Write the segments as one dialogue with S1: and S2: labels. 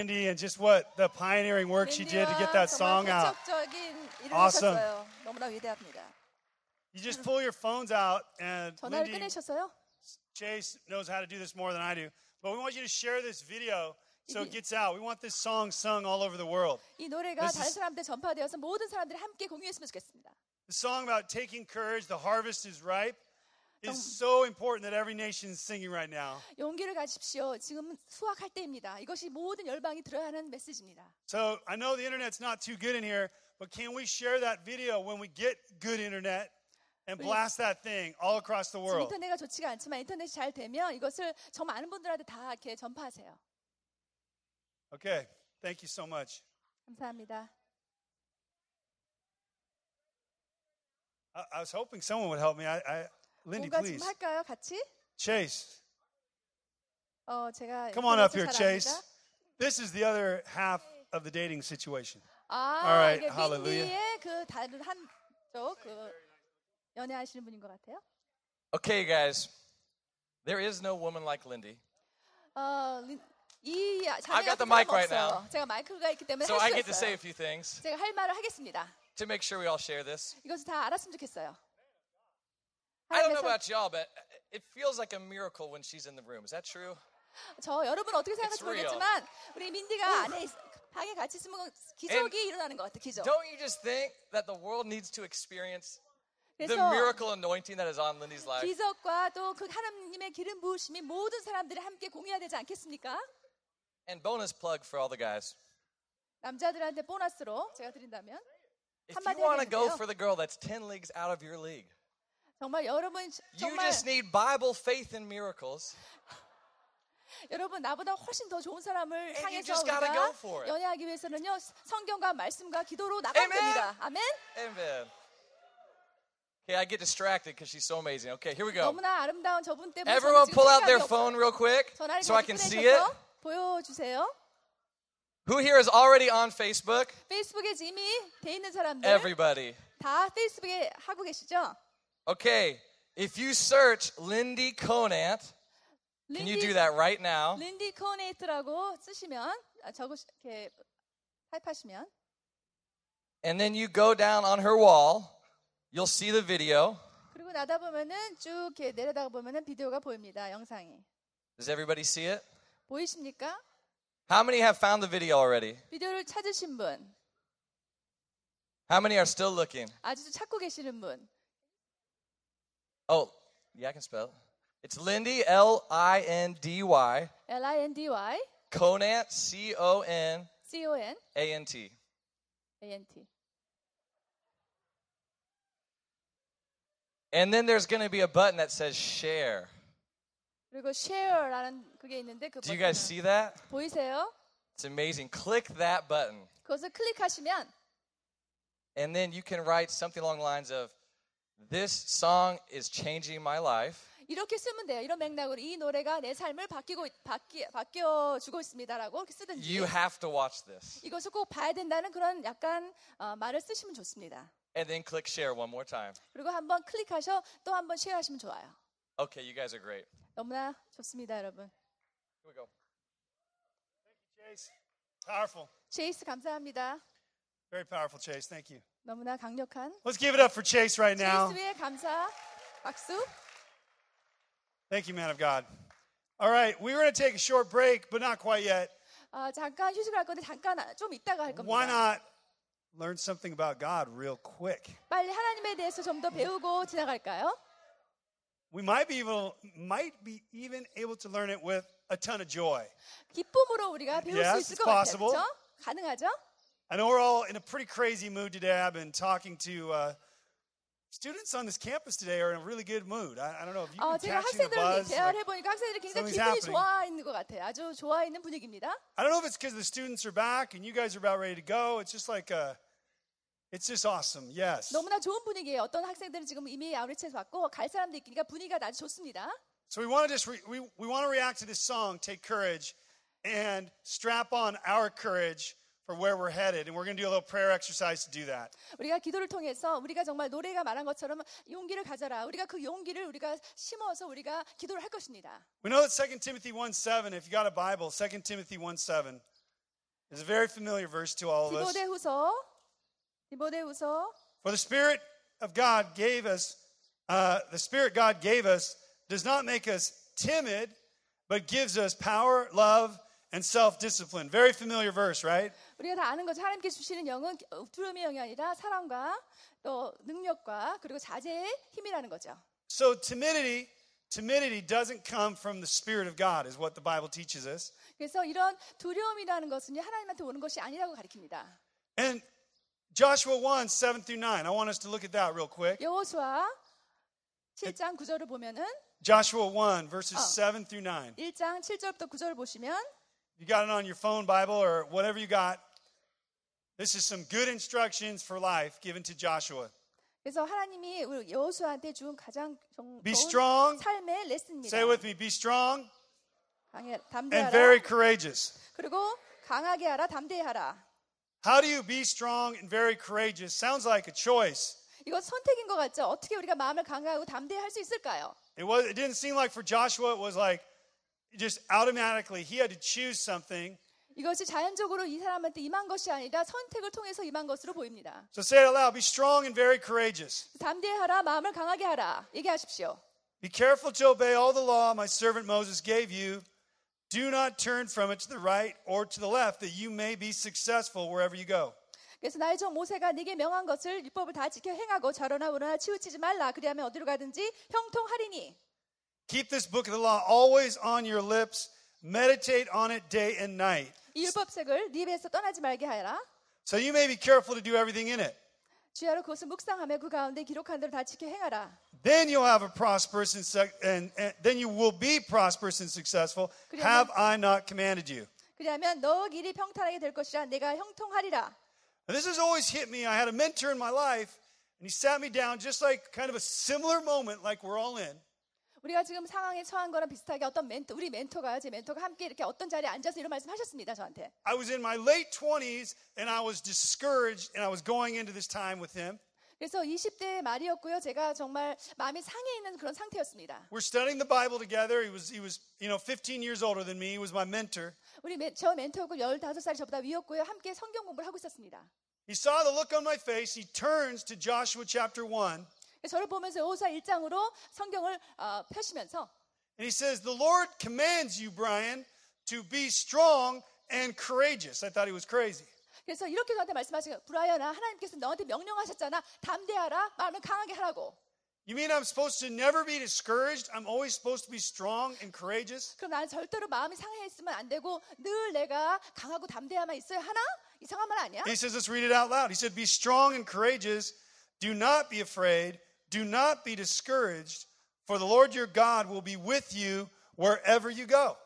S1: Andy and just what the pioneering work she did to get that
S2: uh,
S1: song out.
S2: 적인 아, 일을
S1: Awesome.
S2: 하셨어요. 너무나 위대합니다.
S1: You just pull your phones out and
S2: 전화를
S1: Lindy,
S2: 끊으셨어요?
S1: Chase knows how to do this more than I do. But we want you to share this video so it
S2: 이게-
S1: gets out. We want this song sung all over the world.
S2: 이 노래가
S1: This
S2: 다른
S1: is-
S2: 사람한테 전파되어서 모든 사람들이 함께 공유했으면 좋겠습니다.
S1: The song about taking courage, the harvest is ripe, is so important that every nation is singing right now.
S2: 용기를 가십시오. 지금 수확할 때입니다. 이것이 모든 열방이 들어야 하는 메시지입니다.
S1: So I know the internet's not too good in here, but can we share that video when we get good internet and blast that thing all across the
S2: 지금
S1: world?
S2: 인터넷이 좋지가 않지만 인터넷이 잘 되면 이것을 저 많은 분들한테 다 이렇게 전파하세요.
S1: Okay, thank you so much.
S2: 감사합니다.
S1: I, I was hoping someone would help me. I, I Lindy,
S2: 뭔가
S1: please.
S2: 지금 할까요? 같이?
S1: Chase,
S2: 어, 제가
S1: come on up here,
S2: 인터넷을 잘
S1: Chase.
S2: 압니다.
S1: This is the other half of the dating situation.
S2: 아,
S1: Alright,
S2: 이게
S1: hallelujah.
S2: 민디의 그 다른 한쪽 그 연애하시는 분인 것 같아요.
S3: Okay, guys. There is no woman like Lindy.
S2: 어, 린- 이
S3: I've
S2: 자매가
S3: got the
S2: 그 사람
S3: mic right
S2: 없어요.
S3: now.
S2: 제가 마이크가 있기 때문에
S3: So
S2: 할
S3: I
S2: 수
S3: get to
S2: 있어요.
S3: say a few things
S2: 제가 할 말을 하겠습니다.
S3: to make sure we all share this.
S2: 이것을 다 알았으면 좋겠어요.
S3: I don't know
S2: 하나님께서-
S3: about y'all, but it feels like a miracle when she's in the room. Is that true?
S2: 저 여러분 어떻게 생각할지
S3: It's real.
S2: 모르겠지만 우리 민디가 안에 있- 방에 같이 있으면 기적이
S3: And
S2: 일어나는 것 같아. 기적.
S3: Don't you just think that the world needs to experience the
S2: 그래서
S3: miracle anointing that is on Lindy's life?
S2: 기적과 또 그 하나님의 기름 부으심이 모든 사람들이 함께 공유해야 되지 않겠습니까?
S3: And bonus plug for all the guys.
S2: 남자들한테 보너스로 제가 드린다면
S3: If you
S2: 한마디
S3: want to go
S2: 해드릴게요.
S3: for the girl that's 10 leagues out of your league,
S2: 정말 여러분 시-
S3: you
S2: 정말
S3: just need Bible faith and miracles.
S2: 여러분 나보다 훨씬 더 좋은 사람을
S3: you
S2: 향해서
S3: just gotta go
S2: 우리가
S3: for it.
S2: 연애하기 위해서는요 성경과 말씀과 기도로 나가야
S3: Amen.
S2: 됩니다. 아멘.
S3: Amen. Okay, I get distracted because she's so amazing. Okay, here we go.
S2: 너무나 아름다운 저분 때문에
S3: Everyone
S2: 저는 지금
S3: pull out their
S2: 생각이 없어요.
S3: phone real quick
S2: 전화를
S3: so I can see it.
S2: 꺼내셔서 보여주세요.
S3: Who here is already on Facebook?
S2: 페이스북에 지금 이미 돼 있는 사람들
S3: Everybody.
S2: 다 페이스북에 하고 계시죠?
S3: Okay, if you search Lindy Conant, can you do that right now?
S2: 린디 코네이트라고 쓰시면 아, 적으 이렇게 타입하시면
S3: And then you go down on her wall, you'll see the video.
S2: 그리고 나다 보면은 쭉 이렇게 내려다가 보면은 비디오가 보입니다. 영상이
S3: Does everybody see it?
S2: 보이십니까?
S3: How many have found the video already?
S2: 비디오를 찾으신 분,
S3: How many are still looking?
S2: 아주 찾고 계시는 분,
S3: Oh, yeah, I can spell. it. It's Lindy, L I N D Y,
S2: L I N D Y
S3: Conant, C O N
S2: C O N
S3: A N T.
S2: A N T.
S3: And then there's going to be a button that says share.
S2: 그리고 share라는 그게 있는데 그
S3: Do you guys
S2: 버튼을-
S3: see that?
S2: 보이세요?
S3: It's amazing. Click that button.
S2: 그것을 클릭하시면
S3: And then you can write something along the lines of, This song is changing my life.
S2: 이렇게 쓰면 돼요. 이런 맥락으로 이 노래가 내 삶을 바뀌고 있- 바뀌 바뀌어 주고 있습니다라고 이렇게 쓰든지
S3: You have to watch this.
S2: 이것을 꼭 봐야 된다는 그런 약간 어, 말을 쓰시면 좋습니다.
S3: And then click share one more time.
S2: 그리고 한번 클릭하셔 또 한번 쉐어하시면 좋아요.
S3: Okay, you guys are great.
S2: 너무나 좋습니다, 여러분.
S3: Here we go.
S1: Chase, powerful.
S2: 제이스 감사합니다.
S1: Very powerful, Chase. Thank you.
S2: 너무나 강력한
S1: Let's give it up for Chase right now.
S2: 제이스의 감사 박수.
S1: Thank you, man of God. All right, we we're going to take a short break, but not quite yet.
S2: 아, 잠깐 휴식을 할 건데 잠깐 아, 좀 이따가 할
S1: Why
S2: 겁니다.
S1: not learn something about God real quick?
S2: 빨리 하나님에 대해서 좀 더 배우고 지나갈까요?
S1: We might be able, might be even able to learn it with a ton of joy.
S2: 기쁨으로 우리가 배울
S1: Yes,
S2: 수
S1: it's
S2: 있을 것 같아요.
S1: possible.
S2: 그렇죠? 가능하죠?
S1: I know we're all in a pretty crazy mood today. I've been talking to uh, students on this campus today are in a really good mood. I, I don't know if you
S2: 어,
S1: can
S2: 제가
S1: catching the
S2: 학생들하고
S1: buzz. like-
S2: 대화를 해보니까 학생들이 굉장히
S1: something's happening.
S2: 기분이 좋아 있는 것 같아요. 아주 좋아 있는 분위기입니다.
S1: I don't know if it's because the students are back and you guys are about ready to go. It's just like, uh, it's just awesome. Yes.
S2: 너무나 좋은 분위기예요. 어떤 학생들은 지금 이미 아우리체에서 왔고 갈 사람도 있으니까 분위기가 아주 좋습니다.
S1: So we want to just re- we we want to react to this song, "Take Courage," and strap on our courage for where we're headed. And we're going to do a little prayer exercise to do that.
S2: 우리가 기도를 통해서 우리가 정말 노래가 말한 것처럼 용기를 가져라. 우리가 그 용기를 우리가 심어서 우리가 기도를 할 것입니다.
S1: We know that 2 Timothy 1 7, if you got a Bible, 2 Timothy 1 7 It's a very familiar verse to all of us.
S2: 디모데후서 디모데후서
S1: For the Spirit of God gave us, uh, the Spirit God gave us does not make us timid, but gives us power, love, and self discipline. Very familiar verse, right?
S2: 우리가 다 아는 거죠. 하나님께 주시는 영은 두려움의 영이 아니라 사랑과 또 능력과 그리고 자제의 힘이라는 거죠.
S1: So timidity, timidity doesn't come from the Spirit of God, is what the Bible teaches us.
S2: 그래서 이런 두려움이라는 것은 하나님한테 오는 것이 아니라고 가르칩니다.
S1: And Joshua 1, 7 through 9. I want us to look at that real quick.
S2: 여호수아 7장 9절을 보면은
S1: Joshua 1, verses
S2: Oh.
S1: 7 through 9.
S2: 1장 7절부터 9절을 보시면
S1: You got it on your phone, Bible, or whatever you got. This is some good instructions for life given to Joshua.
S2: 그래서 하나님이 우리 여호수아한테 준 가장 정,
S1: Be
S2: 좋은
S1: strong.
S2: 삶의 레슨입니다.
S1: Say it with me be strong
S2: 강해,
S1: and
S2: 담대하라.
S1: very courageous.
S2: 그리고 강하게 하라, 담대히 하라.
S1: How do you be strong and very courageous? Sounds like a choice.
S2: 이건 선택인 것 같죠? 어떻게 우리가 마음을 강하고 담대히 할 수 있을까요?
S1: It was it didn't seem like for Joshua it was like just automatically he had to choose something.
S2: 이것이 자연적으로 이 사람한테 임한 것이 아니라 선택을 통해서 임한 것으로 보입니다.
S1: So say it aloud, be strong and very courageous.
S2: 담대히 하라, 마음을 강하게 하라. 얘기하십시오.
S1: Be careful to obey all the law my servant Moses gave you. Do not turn from it to the right or to the left that you may be successful wherever you go.
S2: 그래서 나의 종 모세가 네게 명한 것을 율법을 다 지켜 행하고 좌로나 우로나 치우치지 말라. 그리하면 어디로 가든지 형통하리니.
S1: Keep this book of the law always on your lips. Meditate on it day and night.
S2: 이 율법책을 네 입에서 떠나지 말게 하라.
S1: So you may be careful to do everything in it.
S2: 주야로 그것을 묵상하며 그 가운데 기록한 대로 다 지켜 행하라.
S1: Then you'll have a prosperous and, suc and, and then you will be prosperous and successful.
S2: 그리하면-
S1: Have I not commanded you?
S2: 그리하면 너 길이 평탄하게 될 것이라 내가 형통하리라.
S1: And this has always hit me. I had a mentor in my life, and he sat me down just like kind of a similar moment, like we're all in.
S2: 우리가 지금 상황에 처한 거랑 비슷하게 어떤 멘토, 우리 멘토가요, 제 멘토가 함께 이렇게 어떤 자리에 앉아서 이런 말씀 하셨습니다, 저한테.
S1: I was in my late 20s, and I was discouraged, and I was going into this time with him.
S2: 그래서 20대 말이었고요, 제가 정말 마음이 상해 있는 그런 상태였습니다.
S1: We're studying the Bible together. He was, he was, you know, 15 years older than me. He was my mentor.
S2: 우리 멘, 저 멘토고 15살이 저보다 위였고요, 함께 성경 공부를 하고 있었습니다.
S1: He saw the look on my face. He turns to Joshua chapter 1,
S2: 저를 보면서 여호사 1장으로 성경을 어, 펴시면서
S1: And he says, The Lord commands you, Brian, to be strong and courageous. I thought he was crazy.
S2: 그래서 이렇게 저한테 말씀하시고 브라이언아 하나님께서 너한테 명령하셨잖아 담대하라 마음을 강하게 하라고
S1: You mean I'm supposed to never be discouraged? I'm always supposed to be strong and courageous?
S2: 그럼 나는 절대로 마음이 상해 있으면 안 되고 늘 내가 강하고 담대야만 있어야 하나? 이상한 말 아니야?
S1: He says, Let's read it out loud. He said, Be strong and courageous. Do not be afraid. Do not be discouraged. For the Lord your God will be with you wherever you go.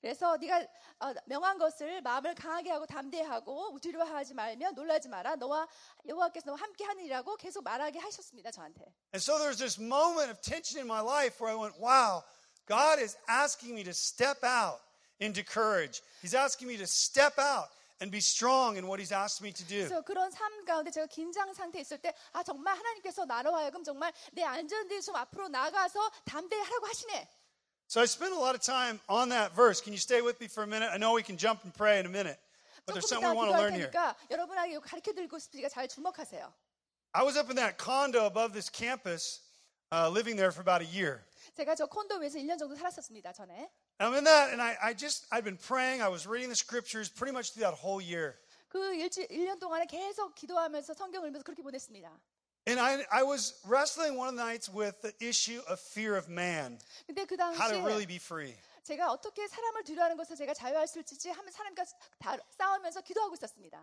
S2: 그래서 네가 어, 명한 것을 마음을 강하게 하고 담대하고 두려워하지 말며 놀라지 마라 너와 여호와께서 너와 함께 하느니라고 계속 말하게 하셨습니다 저한테
S1: And so there's this moment of tension in my life where I went, wow, God is asking me to step out into courage. He's asking me to step out and be strong in what He's asked me to do.
S2: 그래서 그런 삶 가운데 제가 긴장 상태에 있을 때 아 정말 하나님께서 나로 하여금 정말 내 안전대 좀 앞으로 나가서 담대하라고 하시네
S1: So I spent a lot of time on that verse. Can you stay with me for a minute? I know we can jump and pray in a minute, but there's
S2: 조금
S1: something we
S2: 이따
S1: want to
S2: 기도할
S1: learn here.
S2: 테니까 여러분에게 가르쳐 드리고 싶으니까 잘 주목하세요
S1: I was up in that condo above this campus, uh, living there for about a year.
S2: 제가 저 콘도 위에서 1년 정도 살았었습니다 전에
S1: I'm in that, and I, I just, I'd been praying. I was reading the scriptures pretty much through that whole year.
S2: 그 일주, 1년 동안에 계속 기도하면서 성경을 읽으면서 그렇게 보냈습니다.
S1: And I, I was wrestling one of the nights with the issue of fear of man,
S2: 근데 그
S1: how to
S2: 당시에
S1: really be free.
S2: 제가 어떻게 사람을 두려워하는 것을 제가 자유할 수 있을지 하면 사람과 다 싸우면서 기도하고 있었습니다.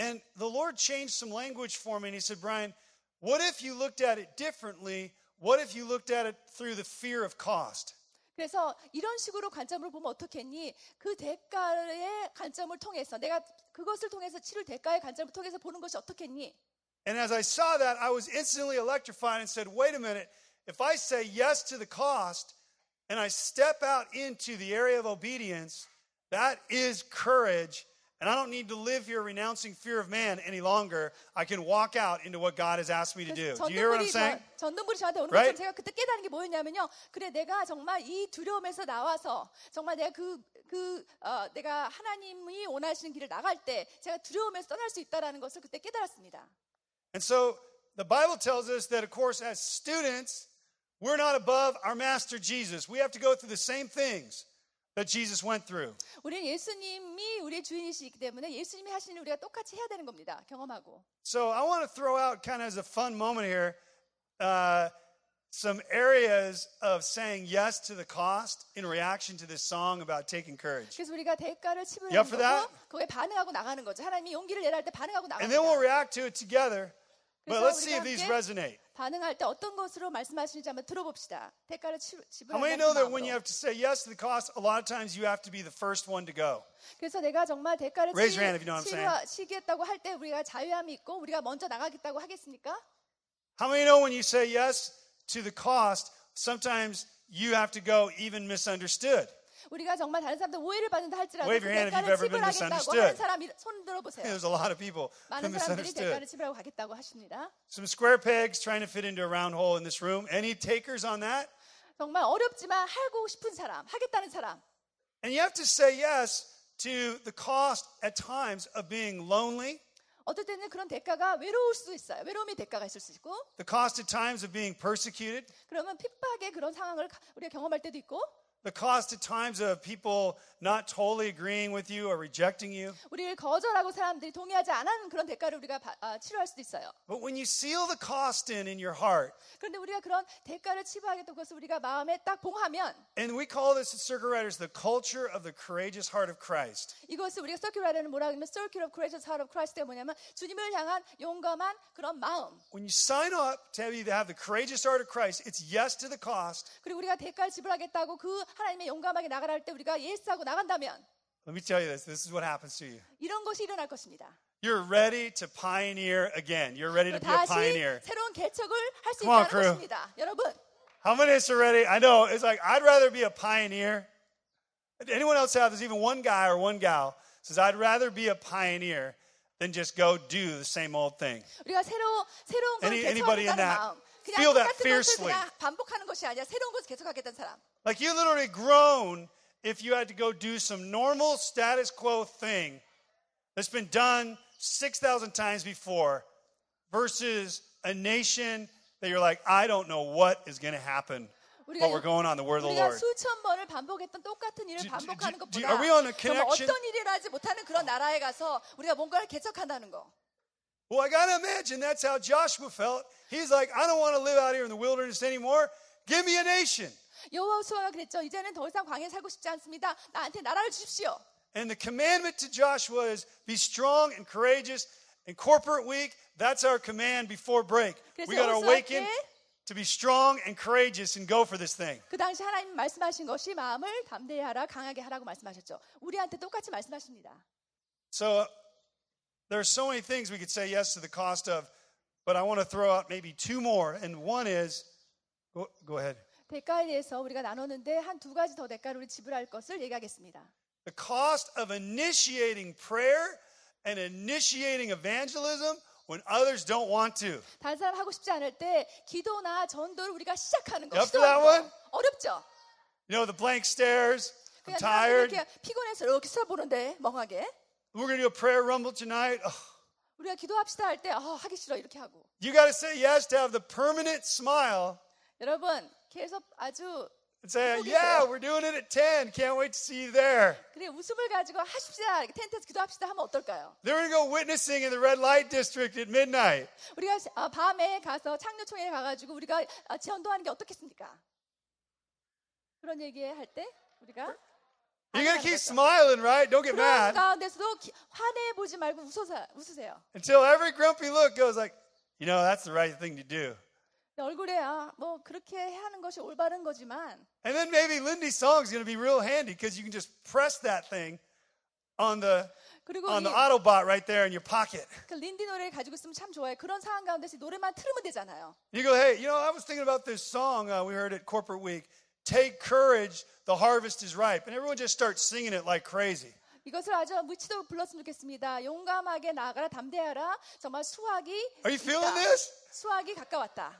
S1: And the Lord changed some language for me, and He said, Brian, what if you looked at it differently? What if you looked at it through the fear of cost?
S2: 그래서 이런 식으로 관점으로 보면 어떻겠니? 그 대가의 관점을 통해서 내가 그것을 통해서 치를 대가의 관점을 통해서 보는 것이 어떻겠니?
S1: And as I saw that, I was instantly electrified and said, wait a minute, if I say yes to the cost and I step out into the area of obedience, that is courage. And I don't need to live here renouncing fear of man any longer. I can walk out into what God has asked me to do. Do you hear what I'm
S2: 전등불이
S1: saying?
S2: 저- 전등불이 저한테 오는
S1: Right?
S2: 것처럼 제가 그때 깨달은 게 뭐였냐면요. 그래 내가 정말 이 두려움에서 나와서 정말 내가 그 그 어, 내가 하나님이 원하시는 길을 나갈 때 제가 두려움에서 떠날 수 있다라는 것을 그때 깨달았습니다.
S1: And so the Bible tells us that, of course, as students, we're not above our master Jesus. We have to go through the same things that Jesus went through.
S2: 우리는 예수님이 우리의 주인이시기 때문에 예수님이 하시는 우리가 똑같이 해야 되는 겁니다. 경험하고.
S1: So I want to throw out, kind of as a fun moment here, uh, some areas of saying yes to the cost in reaction to this song about taking courage.
S2: 그래서 우리가 대가를 치르는
S1: You up for
S2: 거고
S1: that?
S2: 그거에 반응하고 나가는 거죠. 하나님이 용기를 내라 할 때 반응하고
S1: And then we'll
S2: 나가는
S1: react to it together. But
S2: 그래서
S1: let's see if
S2: 우리가
S1: these
S2: 함께
S1: resonate.
S2: 반응할 때 어떤 것으로 말씀하시는지 한번 들어봅시다. 대가를 치-
S1: How many
S2: 지불하는
S1: know that when you have
S2: 마음으로.
S1: to say yes to the cost, a lot of times you have to be the first one to go?
S2: 그래서 내가 정말 대가를
S1: Raise your hand if you know what I'm saying.
S2: 치르시겠다고 할 때 우리가 자유함이 있고 우리가 먼저 나가겠다고 하겠습니까?
S1: How many know when you say yes to the cost, sometimes you have to go even misunderstood?
S2: 우리가 정말 다른 사람들 오해를 받는다 할지라도 그
S1: Wave your hand if
S2: 대가를
S1: you've ever been
S2: 지불하겠다고
S1: misunderstood.
S2: 하는 사람이 손 들어보세요.
S1: There's a lot of people who
S2: 많은 사람들이
S1: misunderstood.
S2: 대가를 지불하고 가겠다고 하십니다.
S1: Some square pegs trying to fit into a round hole in this room. Any takers on that?
S2: 정말 어렵지만 하고 싶은 사람, 하겠다는 사람.
S1: And you have to say yes to the cost at times of being lonely,
S2: 어떨 때는 그런 대가가 외로울 수도 있어요. 외로움이 대가가 있을 수 있고,
S1: the cost at times of being persecuted,
S2: 그러면 핍박의 그런 상황을 가- 우리가 경험할 때도 있고,
S1: the cost at times of people not totally agreeing with you or rejecting you.
S2: 우리를 거절하고 사람들이 동의하지 않는 그런 대가를 우리가 바- 아, 치료할 수도 있어요.
S1: But when you seal the cost in in your heart,
S2: 그런데 우리가 그런 대가를 치부하겠다고 그것을 우리가 마음에 딱 봉하면
S1: and we call this at Circuit Riders the culture of the courageous heart of Christ.
S2: 이것을 우리가 서큐라는 뭐라 하면 서큐러 크레이셔스 하러 크라이스트가 뭐냐면 주님을 향한 용감한 그런 마음.
S1: When you sign up to have, to have the courageous heart of Christ, it's yes to the cost.
S2: 그리고 우리가 대가를 지불하겠다고 그 하나님의 용감하게 나가라 할 때 우리가 예스하고 나간다면
S1: Let me tell you this this is what happens to you.
S2: 이런 것이 일어날 것입니다.
S1: You're ready to pioneer again. You're ready to be a
S2: 다시
S1: pioneer.
S2: 새로운 개척을 할 수
S1: Come on,
S2: 있다는
S1: crew.
S2: 것입니다. 여러분,
S1: How many of us are ready? I know. It's like, I'd rather be a pioneer. Did Anyone else have? There's even one guy or one gal says, I'd rather be a pioneer than just go do the same old thing.
S2: 우리가 새로 새로운 걸
S1: Any- anybody in
S2: 개척하겠다는
S1: that?
S2: 마음. 그냥
S1: Feel that
S2: 똑같은 것을
S1: fiercely.
S2: 그냥 반복하는 것이 아니라 새로운 것을 개척하겠다는 사람.
S1: Like you literally groan if you had to go do some normal status quo thing that's been done 6,000 times before versus a nation that you're like, I don't know what is going to happen,
S2: 우리가
S1: but we're going on the word of the
S2: 우리가
S1: Lord.
S2: 수천 번을 반복했던 똑같은 일을
S1: Do- do-
S2: 반복하는
S1: do- do-
S2: 것보다
S1: are we on a
S2: 정말
S1: connection?
S2: 어떤 일을 하지 못하는 그런 나라에 가서 우리가 뭔가를 개척한다는 거.
S1: Well, I got to imagine that's how Joshua felt. He's like, I don't want to live out here in the wilderness anymore. Give me a nation.
S2: 여호수아가 그랬죠. 이제는 더 이상 광야에 살고 싶지 않습니다. 나한테 나라를 주십시오.
S1: And the commandment to Joshua is be strong and courageous. In corporate week, that's our command before break. We got to
S2: 그래서
S1: awaken
S2: 여호수아께
S1: to be strong and courageous and go for this thing.
S2: 그 당시 하나님 말씀하신 것이 마음을 담대히 하라, 강하게 하라고 말씀하셨죠. 우리한테 똑같이 말씀하십니다.
S1: So uh, there are so many things we could say yes to the cost of, but I want to throw out maybe two more. And one is go, go ahead.
S2: 대가에 대해서 우리가 나눴는데 한 두 가지 더 대가를 우리 지불할 것을 얘기하겠습니다.
S1: The cost of initiating prayer and initiating evangelism when others don't want to.
S2: 다른 사람 하고 싶지 않을 때 기도나 전도를 우리가 시작하는 거,
S1: Up for
S2: 시도하는
S1: that one?
S2: 거 어렵죠.
S1: You know, the blank stares. I'm
S2: 그냥 사람들이
S1: tired.
S2: 이렇게 피곤해서 이렇게 쳐다보는데 멍하게
S1: We're going to do a prayer rumble tonight. Ugh.
S2: 우리가 기도합시다 할 때 어, 하기 싫어 이렇게 하고
S1: You got to say yes to have the permanent smile
S2: 여러분 계속 아주
S1: and say,
S2: People get
S1: Yeah,
S2: that.
S1: we're doing it at 10. Can't wait to see you there.
S2: 그래 웃음을 가지고 하십시다 이렇게 텐트에서 기도합시다 하면 어떨까요?
S1: They're going to go witnessing in the red light district at midnight.
S2: 우리가 시- 아, 밤에 가서 창녀총회에 가가지고 우리가 아, 전도하는 게 어떻겠습니까? 그런 얘기 할 때 우리가
S1: You're going
S2: 반응하는
S1: to keep
S2: 거죠.
S1: smiling, right? Don't get
S2: 그런
S1: mad
S2: 가운데서도 기- 화내보지 말고 웃어서, 웃으세요.
S1: until every grumpy look goes like, You know, that's the right thing to do.
S2: 근데 얼굴에 아, 뭐 그렇게 하는 것이 올바른 거지만
S1: And then maybe Lindy's song's going to be real handy because you can just press that thing on the
S2: 그리고
S1: on the
S2: 이-
S1: Autobot right there in your pocket.
S2: 그 린디 노래 가지고 있으면 참 좋아요. 그런 상황 가운데서 이 노래만 틀으면 되잖아요.
S1: You go, hey, you know, I was thinking about this song uh, we heard at Corporate Week. Take courage, the harvest is ripe, and everyone just starts singing it like crazy.
S2: 이것을 아주 무치도록 불렀으면 좋겠습니다. 용감하게 나아가라, 담대하라. 정말 수확이
S1: Are you feeling
S2: 있다.
S1: this?
S2: 수확이 가까웠다.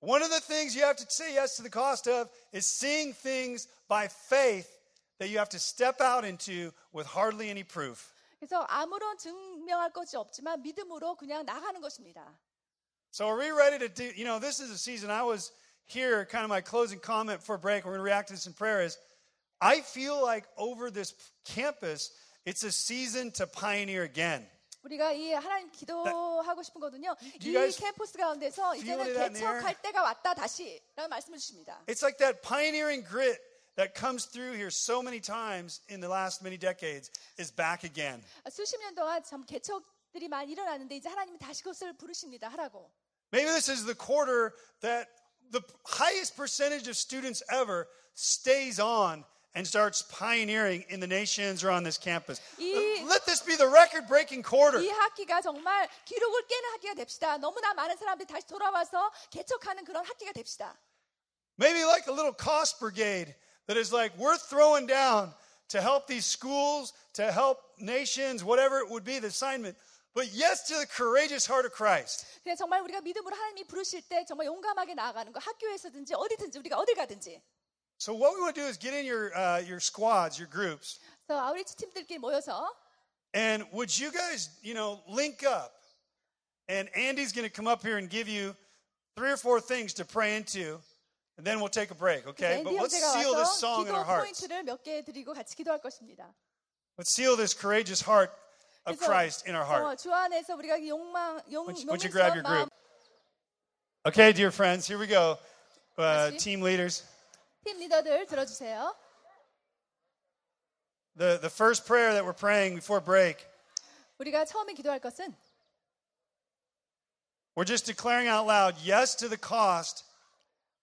S1: One of the things you have to say yes to the cost of is seeing things by faith that you have to step out into with hardly any proof.
S2: 그래서 아무런 증명할 것이 없지만 믿음으로 그냥 나가는 것입니다.
S1: So are we ready to do? You know, this is a season. I was here, kind of my closing comment for break. We're going to react to this in prayer. Is I feel like over this campus, it's a season to pioneer again.
S2: 우리가 이 하나님 기도하고 싶은 거든요.
S1: you
S2: 이
S1: guys
S2: 캠퍼스 가운데서 이제는
S1: feel it in the air?
S2: 개척할 때가 왔다 다시라는 말씀을 주십니다.
S1: It's like that pioneering grit that comes through here so many times in the last many decades is back again.
S2: 수십 년 동안 참 개척들이 많이 일어났는데 이제 하나님이 다시 그것을 부르십니다 하라고.
S1: Maybe this is the quarter that the highest percentage of students ever stays on and starts pioneering in the nations or on this campus.
S2: 이-
S1: Let this be the record breaking quarter.
S2: 이 학기가 정말 기록을 깨는 학기가 됩시다. 너무나 많은 사람들이 다시 돌아와서 개척하는 그런 학기가 됩시다.
S1: Maybe like a little cost brigade that is like, we're throwing down to help these schools, to help nations, whatever it would be, the assignment. But yes to the courageous heart of Christ.
S2: 그냥 정말 우리가 믿음으로 하나님이 부르실 때 정말 용감하게 나아가는 거 학교에서든지 어디든지 우리가 어딜 가든지
S1: So what we want to do is get in your uh, your squads, your groups,
S2: 그래서 아우리치 팀들끼리 모여서
S1: and would you guys, you know, link up? And Andy's going to come up here and give you three or four things to pray into, and then we'll take a break, okay? But
S2: 앤디
S1: let's
S2: 형제가
S1: seal this
S2: 와서
S1: song in our
S2: 기도
S1: hearts.
S2: 포인트를 몇 개 드리고 같이 기도할 것입니다.
S1: Let's seal this courageous heart of Christ in our
S2: 어,
S1: heart.
S2: 주 안에서 우리가 이 욕망, 용,
S1: Would you, would you grab
S2: 용맹스러운
S1: your
S2: 마음,
S1: group? Okay, dear friends, here we go. Uh,
S2: 다시.
S1: team leaders,
S2: 팀 리더들 들어주세요.
S1: the the first prayer that we're praying before break,
S2: 우리가 처음에 기도할 것은
S1: we're just declaring out loud yes to the cost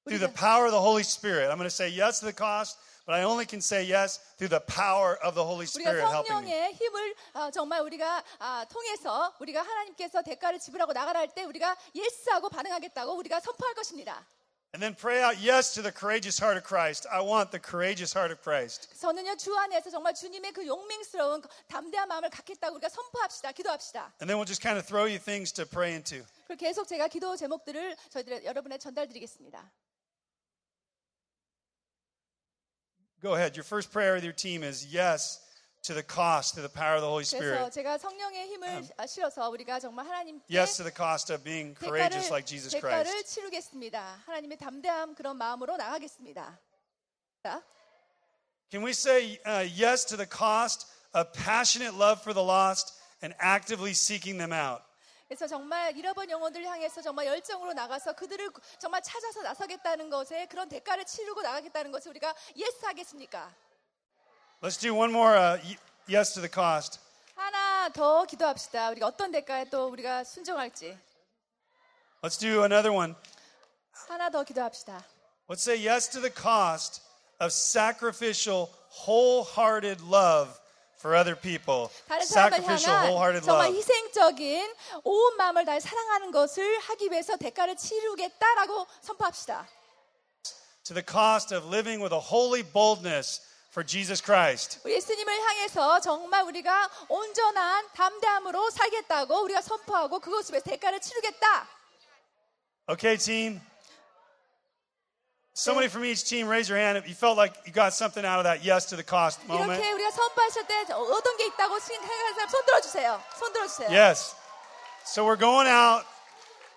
S1: through the
S2: 우리가
S1: power of the Holy Spirit. I'm going to say yes to the cost, but I only can say yes through the power of the Holy
S2: 우리가
S1: Spirit helping me.
S2: 성령의 힘을 아, 정말 우리가 아, 통해서 우리가 하나님께서 대가를 지불하고 나가라 할 때 우리가 예스하고 반응하겠다고 우리가 선포할 것입니다.
S1: And then pray out yes to the courageous heart of Christ. I want the courageous heart of Christ.
S2: 저는요 주 안에서 정말 주님의 그 용맹스러운 그 담대한 마음을 갖겠다고 우리가 선포합시다 기도합시다
S1: And then we'll just kind of throw you things to pray into.
S2: 그리고 계속 제가 기도 제목들을 저희들 여러분의 전달드리겠습니다
S1: Go ahead. Your first prayer with your team is yes to the cost through the power of the Holy
S2: 그래서
S1: Spirit. Um,
S2: 제가 성령의 힘을 아, 실어서 우리가 정말 하나님께
S1: Yes to the cost of being courageous like Jesus Christ.
S2: 대가를 치르겠습니다 하나님의 담대함 그런 마음으로 나가겠습니다 자,
S1: Can we say uh, yes to the cost of passionate love for the lost and actively seeking them out?
S2: 그래서 정말 잃어버린 영혼들 향해서 정말 열정으로 나가서 그들을 정말 찾아서 나서겠다는 것에 그런 대가를 치르고 나가겠다는 것을 우리가 예스 하겠습니까
S1: Let's do one more uh, y- yes to the cost.
S2: 하나 더 기도합시다. 우리가 어떤 대가에 또 우리가 순종할지
S1: Let's do another one.
S2: 하나 더 기도합시다.
S1: Let's say yes to the cost of sacrificial, wholehearted love for other people.
S2: 다른 사람을
S1: Sacrificial,
S2: 향한
S1: wholehearted
S2: 정말
S1: love.
S2: 희생적인 온 마음을 다해 사랑하는 것을 하기 위해서 대가를 치르겠다라고 선포합시다.
S1: To the cost of living with a holy boldness for Jesus Christ.
S2: 우리 예수님을 향해서 정말 우리가 온전한 담대함으로 살겠다고 우리가 선포하고 그것을 위해 대가를 치르겠다.
S1: Okay, team? Somebody from each team, raise your hand if you felt like you got something out of that yes to the cost moment.
S2: 이렇게 우리가 선포하실 때 어떤 게 있다고 생각하는 사람 손 들어주세요. 손 들어주세요.
S1: Yes. So we're going out.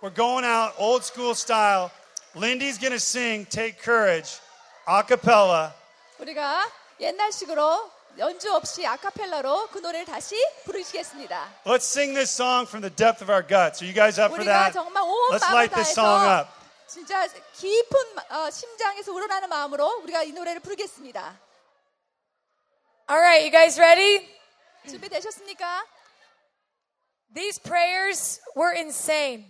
S1: We're going out old school style. Lindy's going to sing Take Courage a cappella.
S2: 우리가 옛날식으로 연주 없이 아카펠라로 그 노래를 다시 부르시겠습니다.
S1: Let's sing this song from the depth of our guts. Are you guys up for
S2: 우리가
S1: that?
S2: 정말 온
S1: Let's
S2: 마음을
S1: light this song
S2: 다해서
S1: up.
S2: 진짜 깊은 마- 어, 심장에서 우러나는 마음으로 우리가 이 노래를 부르겠습니다.
S4: All right, you guys ready?
S2: 준비되셨습니까?
S4: These prayers were insane.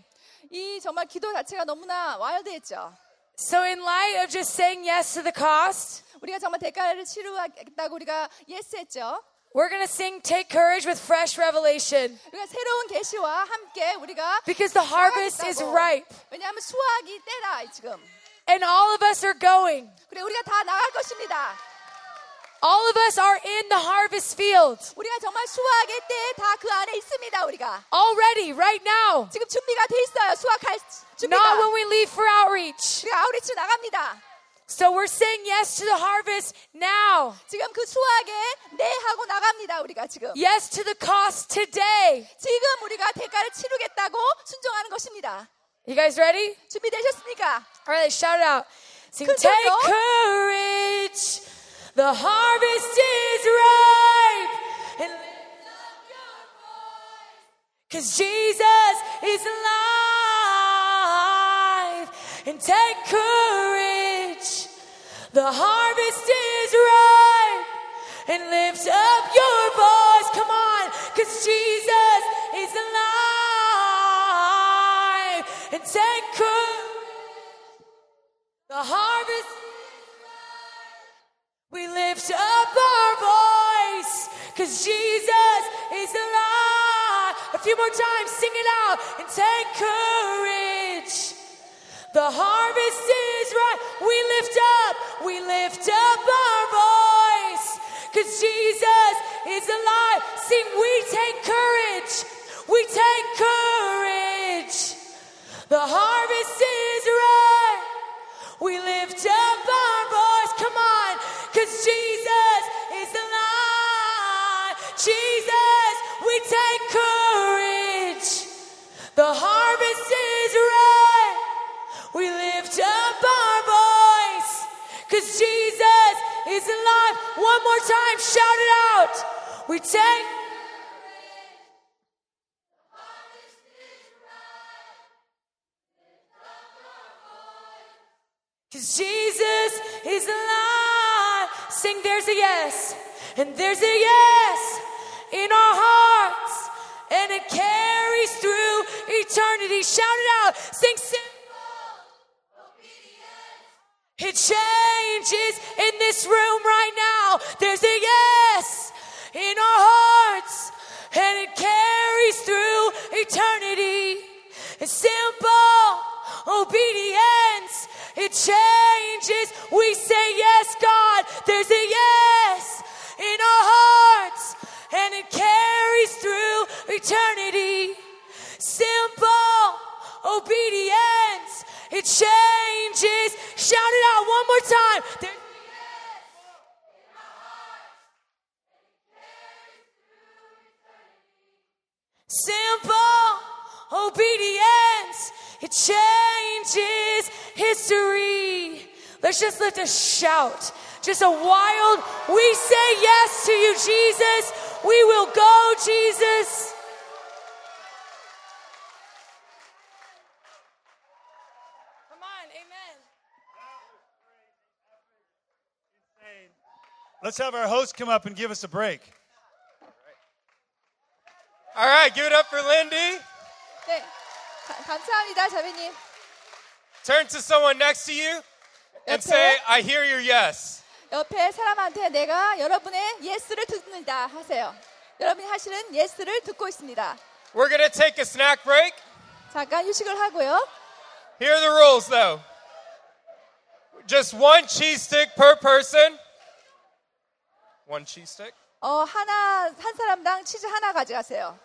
S2: 이 정말 기도 자체가 너무나 와일드했죠.
S4: So, in light of just saying yes to the cost,
S2: 우리가 정말 대가를 치르겠다고 우리가 예스했죠.
S4: we're going to sing Take Courage with Fresh Revelation
S2: 우리가 새로운 계시와 함께 우리가
S4: because the harvest is
S2: 나가겠다고.
S4: ripe
S2: 왜냐하면 수확이 때라 지금.
S4: and all of us are going.
S2: 그래 우리가 다 나갈 것입니다.
S4: All of us are in the harvest field
S2: 우리가 정말 수확의 때에 다 그 안에 있습니다. 우리가
S4: already, right now,
S2: 지금 준비가 돼 있어요. 수확할 준비가.
S4: not when we leave for outreach.
S2: 우리가 아우리치 나갑니다.
S4: So we're saying yes to the harvest now.
S2: 지금 그 수확에 네 하고 나갑니다. 우리가 지금.
S4: Yes to the cost today.
S2: 지금 우리가 대가를 치르겠다고 순종하는 것입니다.
S4: You guys ready?
S2: 준비되셨습니까?
S4: All right, let's shout it out. Sing,
S2: Could
S4: take
S2: you go?
S4: courage. The harvest is ripe. And Cause Jesus is alive. And take courage. The harvest is ripe. And lift up your voice. Come on. Cause Jesus is alive. And take courage. The harvest is ripe. We lift up our voice because Jesus is alive. A few more times, sing it out and take courage. The harvest is ripe. We lift up, we lift up our voice because Jesus is alive. Sing, we take courage. We take courage. The harvest is ripe. We lift up our voice. Come on, because Jesus is alive. Jesus, we take courage. The harvest is ripe. We lift up our voice. Because Jesus is alive. One more time, shout it out. We take Cause Jesus is alive. Sing, there's a yes, and there's a yes in our hearts, and it carries through eternity. Shout it out. Sing, simple obedience. It changes in this room right now. There's a yes in our hearts, and it carries through eternity. It's simple obedience. It changes. We say yes, God. There's a yes in our hearts, and it carries through eternity. Simple obedience. It changes. Shout it out one more time. There- Simple obedience, it changes history. Let's just lift a shout, just a wild, we say yes to you, Jesus. We will go, Jesus. Come on, amen.
S1: Let's have our host come up and give us a break.
S5: All right, give it up for Lindy.
S2: 네. 가- 감사합니다, 자매님.
S5: Turn to someone next to you and say,
S2: 옆에,
S5: I hear your yes.
S2: 옆에 사람한테 내가 여러분의 예스를 듣는다 하세요. 여러분이 하시는 예스를 듣고 있습니다.
S5: We're going to take a snack break.
S2: 잠깐 휴식을 하고요.
S5: Here are the rules, though just one cheese stick per person. One cheese stick.
S2: 어, 하나, 한 사람당 치즈 하나 가져가세요.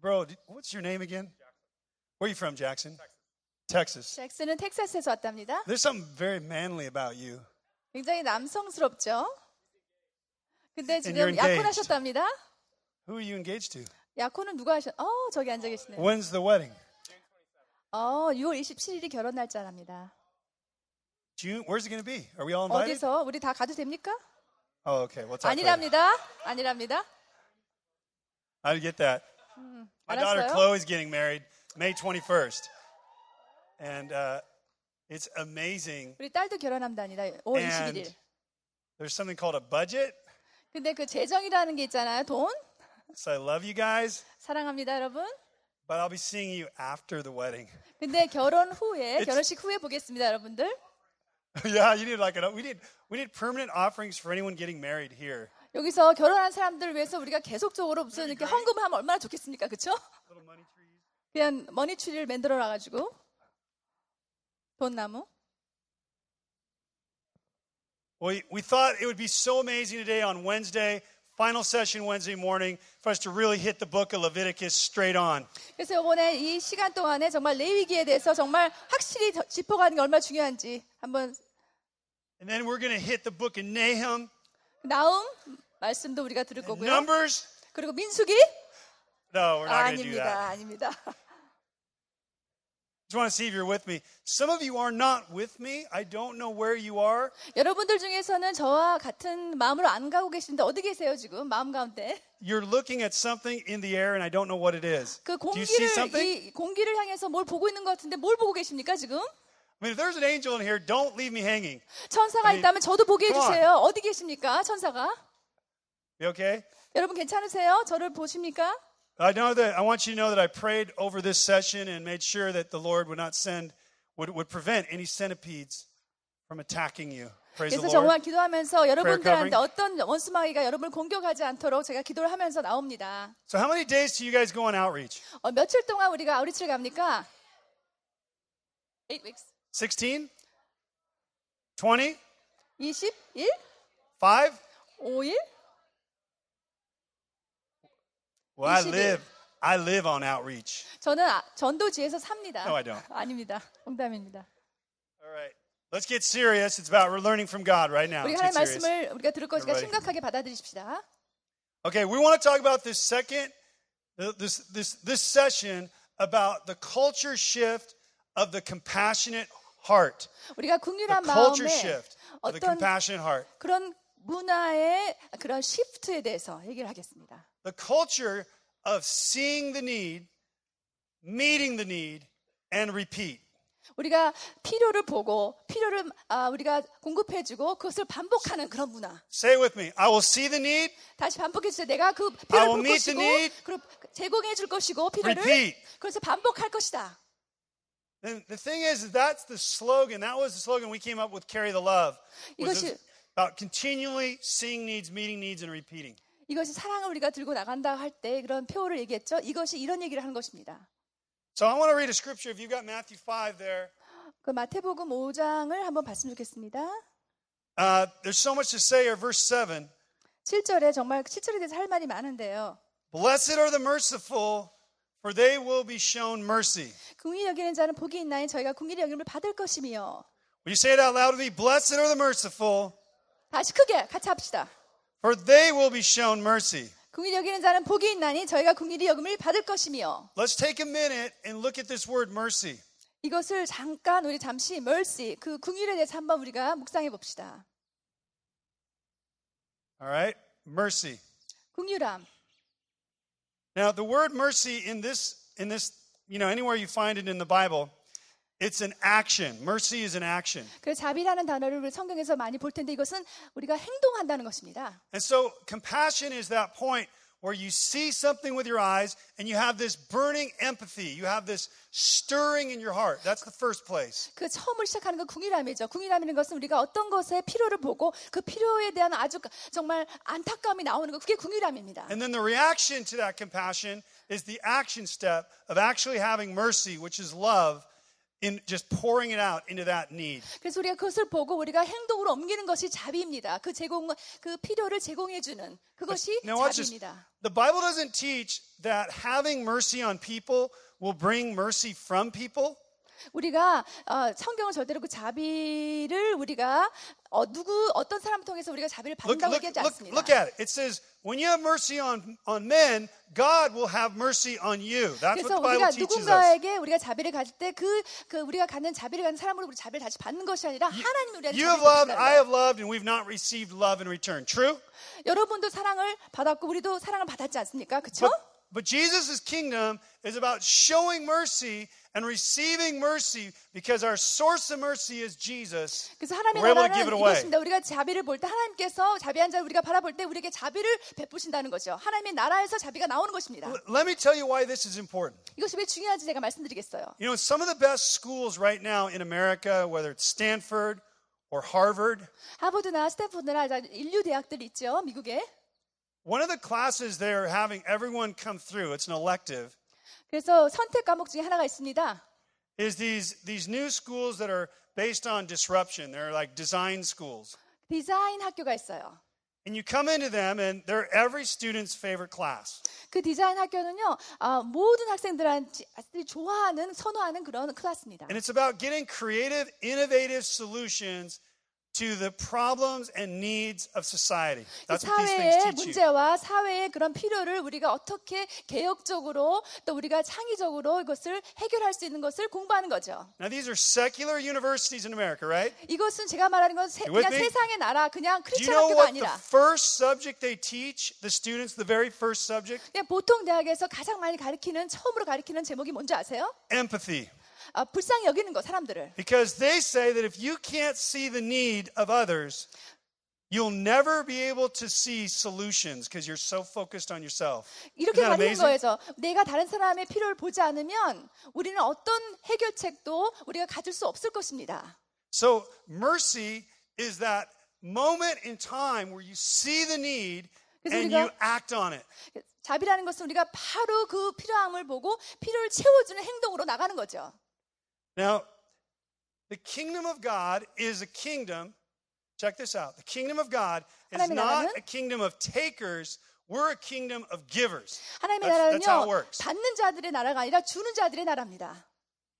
S1: Bro, d- what's your name again? Where are you from, Jackson? Texas.
S2: 잭슨은 텍사스에서 왔답니다.
S1: There's something very manly about you.
S2: 굉장히 남성스럽죠? 근데
S1: And you're
S2: 지금
S1: engaged.
S2: 약혼하셨답니다.
S1: Who are you engaged to?
S2: 약혼은 누가 하셨, 어, 저기 앉아 계시네요.
S1: When's the wedding?
S2: 어, 6월 27일이 결혼 날짜랍니다.
S1: June? Where's it going to be? Are we all invited?
S2: 어디서 우리 다 가도 됩니까?
S1: Oh, okay. We'll talk later.
S2: 아니랍니다. 아니랍니다.
S1: I didn't get that. My daughter
S2: 알았어요.
S1: Chloe's getting married May 21st. And uh, it's amazing.
S2: 우리 딸도 결혼합니다. 5월
S1: And
S2: 21일.
S1: there's something called a budget.
S2: 근데 그 재정이라는 게 있잖아요. 돈.
S1: So I love you guys,
S2: 사랑합니다, 여러분.
S1: but I'll be seeing you after the wedding.
S2: 근데 결혼 후에
S1: It's-
S2: 결혼식 후에 보겠습니다, 여러분들.
S1: yeah, you need like an we need we need permanent offerings for anyone getting married here.
S2: 여기서 결혼한 사람들을 위해서 우리가 계속적으로 무슨 이렇게 헌금을 하면 얼마나 좋겠습니까, 그렇죠? 그냥 머니 추리를 만들어 놔가지고 돈나무.
S1: We we thought it would be so amazing today on Wednesday final session Wednesday morning for us to really hit the book of Leviticus straight on.
S2: 그래서 이번에 이 시간 동안에 정말 레위기에 대해서 정말 확실히 더- 짚어가는 게 얼마나 중요한지 한번
S1: And then we're going to hit the book of Nahum,
S2: 나음 말씀도 우리가 들을 거고요.
S1: Numbers.
S2: 그리고 민수기
S1: No, we're
S2: 아,
S1: not going to do that.
S2: 아닙니다, 아닙니다.
S1: Just want to see if you're with me. Some of you are not with me. I don't know where you are.
S2: 여러분들 중에서는 저와 같은 마음으로 안 가고 계신데 어디 계세요 지금 마음 가운데?
S1: You're looking at something in the air and I don't know what it is.
S2: 그
S1: Do you see
S2: 공기를
S1: something?
S2: 이 공기를 향해서 뭘 보고 있는 것 같은데 뭘 보고 계십니까 지금?
S1: I mean, if there's an angel in here, don't leave me hanging.
S2: 천사가
S1: 아니,
S2: 있다면 저도 보게
S1: come on.
S2: 해주세요. 어디 계십니까 천사가?
S1: You okay?
S2: 여러분 괜찮으세요? 저를 보십니까?
S1: I know that I want you to know that I prayed over this session and made sure that the Lord would not send, would, would prevent any centipedes from attacking you. Praise the Lord.
S2: 그래서 정말 기도하면서 여러분들한테
S1: covering.
S2: 어떤 원수마귀가 여러분을 공격하지 않도록 제가 기도를 하면서 나옵니다.
S1: So, how many days do you guys go on outreach?
S2: 어, 며칠 동안 우리가 아우리치를 갑니까? 8 weeks.
S1: 16? 20?
S2: 20일?
S1: 5?
S2: 5일?
S1: Well, I
S2: 20
S1: live, I live on outreach.
S2: 저는 아- 전도지에서 삽니다.
S1: No, I don't.
S2: 아닙니다. 농담입니다.
S1: All right. Let's get serious. It's about we're learning from God right now.
S2: 우리
S1: Let's
S2: 하나님
S1: get serious.
S2: 말씀을 우리가 들을 거니까
S1: Everybody.
S2: 심각하게 받아들이십시다.
S1: Okay, we want to talk about this second, uh, this this this session about the culture shift of the compassionate heart,
S2: 우리가
S1: the
S2: 국률한
S1: culture
S2: 마음에
S1: shift of the
S2: 어떤
S1: compassionate heart.
S2: 그런 문화의 그런 시프트에 대해서 얘기를 하겠습니다.
S1: The culture of seeing the need, meeting the need, and repeat.
S2: 우리가 필요를 보고 필요를 아, 우리가 공급해주고 그것을 반복하는 그런 문화.
S1: Say it with me. I will see the need,
S2: 다시 반복해 주세요. 내가 그
S1: I
S2: 필요를
S1: will
S2: 볼
S1: meet
S2: 것이고
S1: the need.
S2: 그리고 제공해 줄 것이고 필요를
S1: Repeat.
S2: 그래서 반복할 것이다.
S1: And the thing is, that's the slogan. That was the slogan we came up with, Carry the Love. Was
S2: 이것이-
S1: about continually seeing needs, meeting needs, and repeating.
S2: 이것이 사랑을 우리가 들고 나간다 할 때 그런 표현을 얘기했죠. 이것이 이런 얘기를 하는 것입니다.
S1: So I want to read a scripture. If you've got Matthew 5 there,
S2: 그 마태복음 5장을 한번 봤으면 좋겠습니다.
S1: uh, there's so much to say here. Verse 7
S2: 7절에 정말 7절에 대해서 할 말이 많은데요.
S1: Blessed are the merciful, for they will be shown mercy.
S2: 궁이 여기는 자는 복이 있나니 저희가 궁이 여김을 받을 것이며
S1: Will you say it out loud with me? Blessed are the merciful,
S2: 다시 크게 같이 합시다.
S1: for they will be shown mercy.
S2: 궁이 여기는 자는 복이 있나니 저희가 궁이 여김을 받을 것이며
S1: Let's take a minute and look at this word mercy.
S2: 이것을 잠깐 우리 잠시 mercy 그 궁일에 대해서 한번 우리가 묵상해 봅시다.
S1: All right? Mercy.
S2: 궁유람.
S1: Now, the word mercy in this, in this, you know, anywhere you find it in the Bible, it's an action. Mercy is an action.
S2: 그 자비라는 단어를 우리 성경에서 많이 볼 텐데 이것은 우리가 행동한다는 것입니다.
S1: And so, compassion is that point where you see something with your eyes and you have this burning empathy. You have this stirring in your heart. That's the first place.
S2: 그 처음을 시작하는 건 궁유람이죠. 궁유람이라는 것은 우리가 어떤 것에 필요를 보고 그 필요에 대한 아주 그 정말 안타까움이 나오는 것 그게 궁유람입니다.
S1: And then the reaction to that compassion is the action step of actually having mercy, which is love, in just pouring it out into that need.
S2: 그래서 우리가 그것을 보고 우리가 행동으로 옮기는 것이 자비입니다. 그 제공 그 필요를 제공해 주는 그것이
S1: Now, watch this.
S2: 자비입니다.
S1: The Bible doesn't teach that having mercy on people will bring mercy from people.
S2: 우리가 어, 성경을 절대로 그 자비를 우리가 어, 누구 어떤 사람 통해서 우리가 자비를
S1: Look,
S2: 받는다고
S1: look,
S2: 얘기하지
S1: look,
S2: 않습니다.
S1: look at it. It says, when you have mercy on, on men, God will have mercy on you. That's what the
S2: 그래서
S1: Bible
S2: 우리가
S1: teaches us.
S2: 누군가에게 우리가 자비를 가질 때그 그 우리가 갖는 자비를 갖는 사람으로 우리 자비를 다시 받는 것이 아니라 하나님 우리한테
S1: You have
S2: 자비를
S1: loved,
S2: 주신다는
S1: I
S2: 거예요.
S1: have loved, and we've not received love in return. True?
S2: 여러분도 사랑을 받았고 우리도 사랑을 받았지 않습니까? 그렇죠?
S1: But, but Jesus' kingdom is about showing mercy and receiving mercy because our source of mercy is Jesus.
S2: 그래서 하나님의
S1: We're able to give it
S2: 나라는
S1: away.
S2: 이것입니다. 우리가 자비를 볼 때 하나님께서 자비한 자를 우리가 바라볼 때 우리에게 자비를 베푸신다는 거죠. 하나님의 나라에서 자비가 나오는 것입니다.
S1: L- Let me tell you why this is important.
S2: 이것이 왜 중요한지 제가 말씀드리겠어요.
S1: You know, some of the best schools right now in America, whether it's Stanford or Harvard,
S2: 하버드나 스탠포드나 이런 인류 대학들 있죠, 미국에.
S1: one of the classes they're having everyone come through, it's an elective,
S2: 그래서 선택 과목 중에 하나가 있습니다.
S1: is these these new schools that are based on disruption. They're like design schools.
S2: 디자인 학교가 있어요.
S1: and you come into them, and they're every student's favorite class.
S2: 그 디자인 학교는요, 아, 모든 학생들한테 좋아하는, 선호하는 그런 클래스입니다.
S1: And it's about getting creative, innovative solutions to the problems and needs of society.
S2: 그
S1: That's what these things
S2: 사회의
S1: teach you.
S2: 문제와 사회의 그런 필요를 우리가 어떻게 개혁적으로 또 우리가 창의적으로 이것을 해결할 수 있는 것을 공부하는 거죠.
S1: Now, these are secular universities in America, right?
S2: 이것은 제가 말하는 건 세,
S1: You with
S2: 그냥
S1: me?
S2: 세상의 나라, 그냥
S1: Do you
S2: 크리스천
S1: know
S2: 학교가
S1: what the
S2: 아니라
S1: first subject they teach the students, the very first subject?
S2: 그냥 보통 대학에서 가장 많이 가르치는 처음으로 가르치는 제목이 뭔지 아세요?
S1: Empathy.
S2: 아, 불쌍히 여기는 거 사람들을.
S1: Because they say that if you can't see the need of others, you'll never be able to see solutions because you're so focused on yourself.
S2: 이렇게
S1: Isn't that
S2: 가리는
S1: amazing?
S2: 거에서 내가 다른 사람의 필요를 보지 않으면 우리는 어떤 해결책도 우리가 가질 수 없을 것입니다.
S1: So, mercy is that moment in time where you see the need
S2: 그래서
S1: and
S2: 우리가-
S1: you act on it.
S2: 그 자비라는 것은 우리가 바로 그 필요함을 보고 필요를 채워주는 행동으로 나가는 거죠.
S1: Now, the kingdom of God is a kingdom. Check this out. The kingdom of God is
S2: 하나님의
S1: not
S2: 나라는?
S1: a kingdom of takers. We're a kingdom of givers.
S2: 하나님의
S1: That's- that's how it
S2: 나라는요,
S1: works.
S2: 받는 자들의 나라가 아니라 주는 자들의 나라입니다.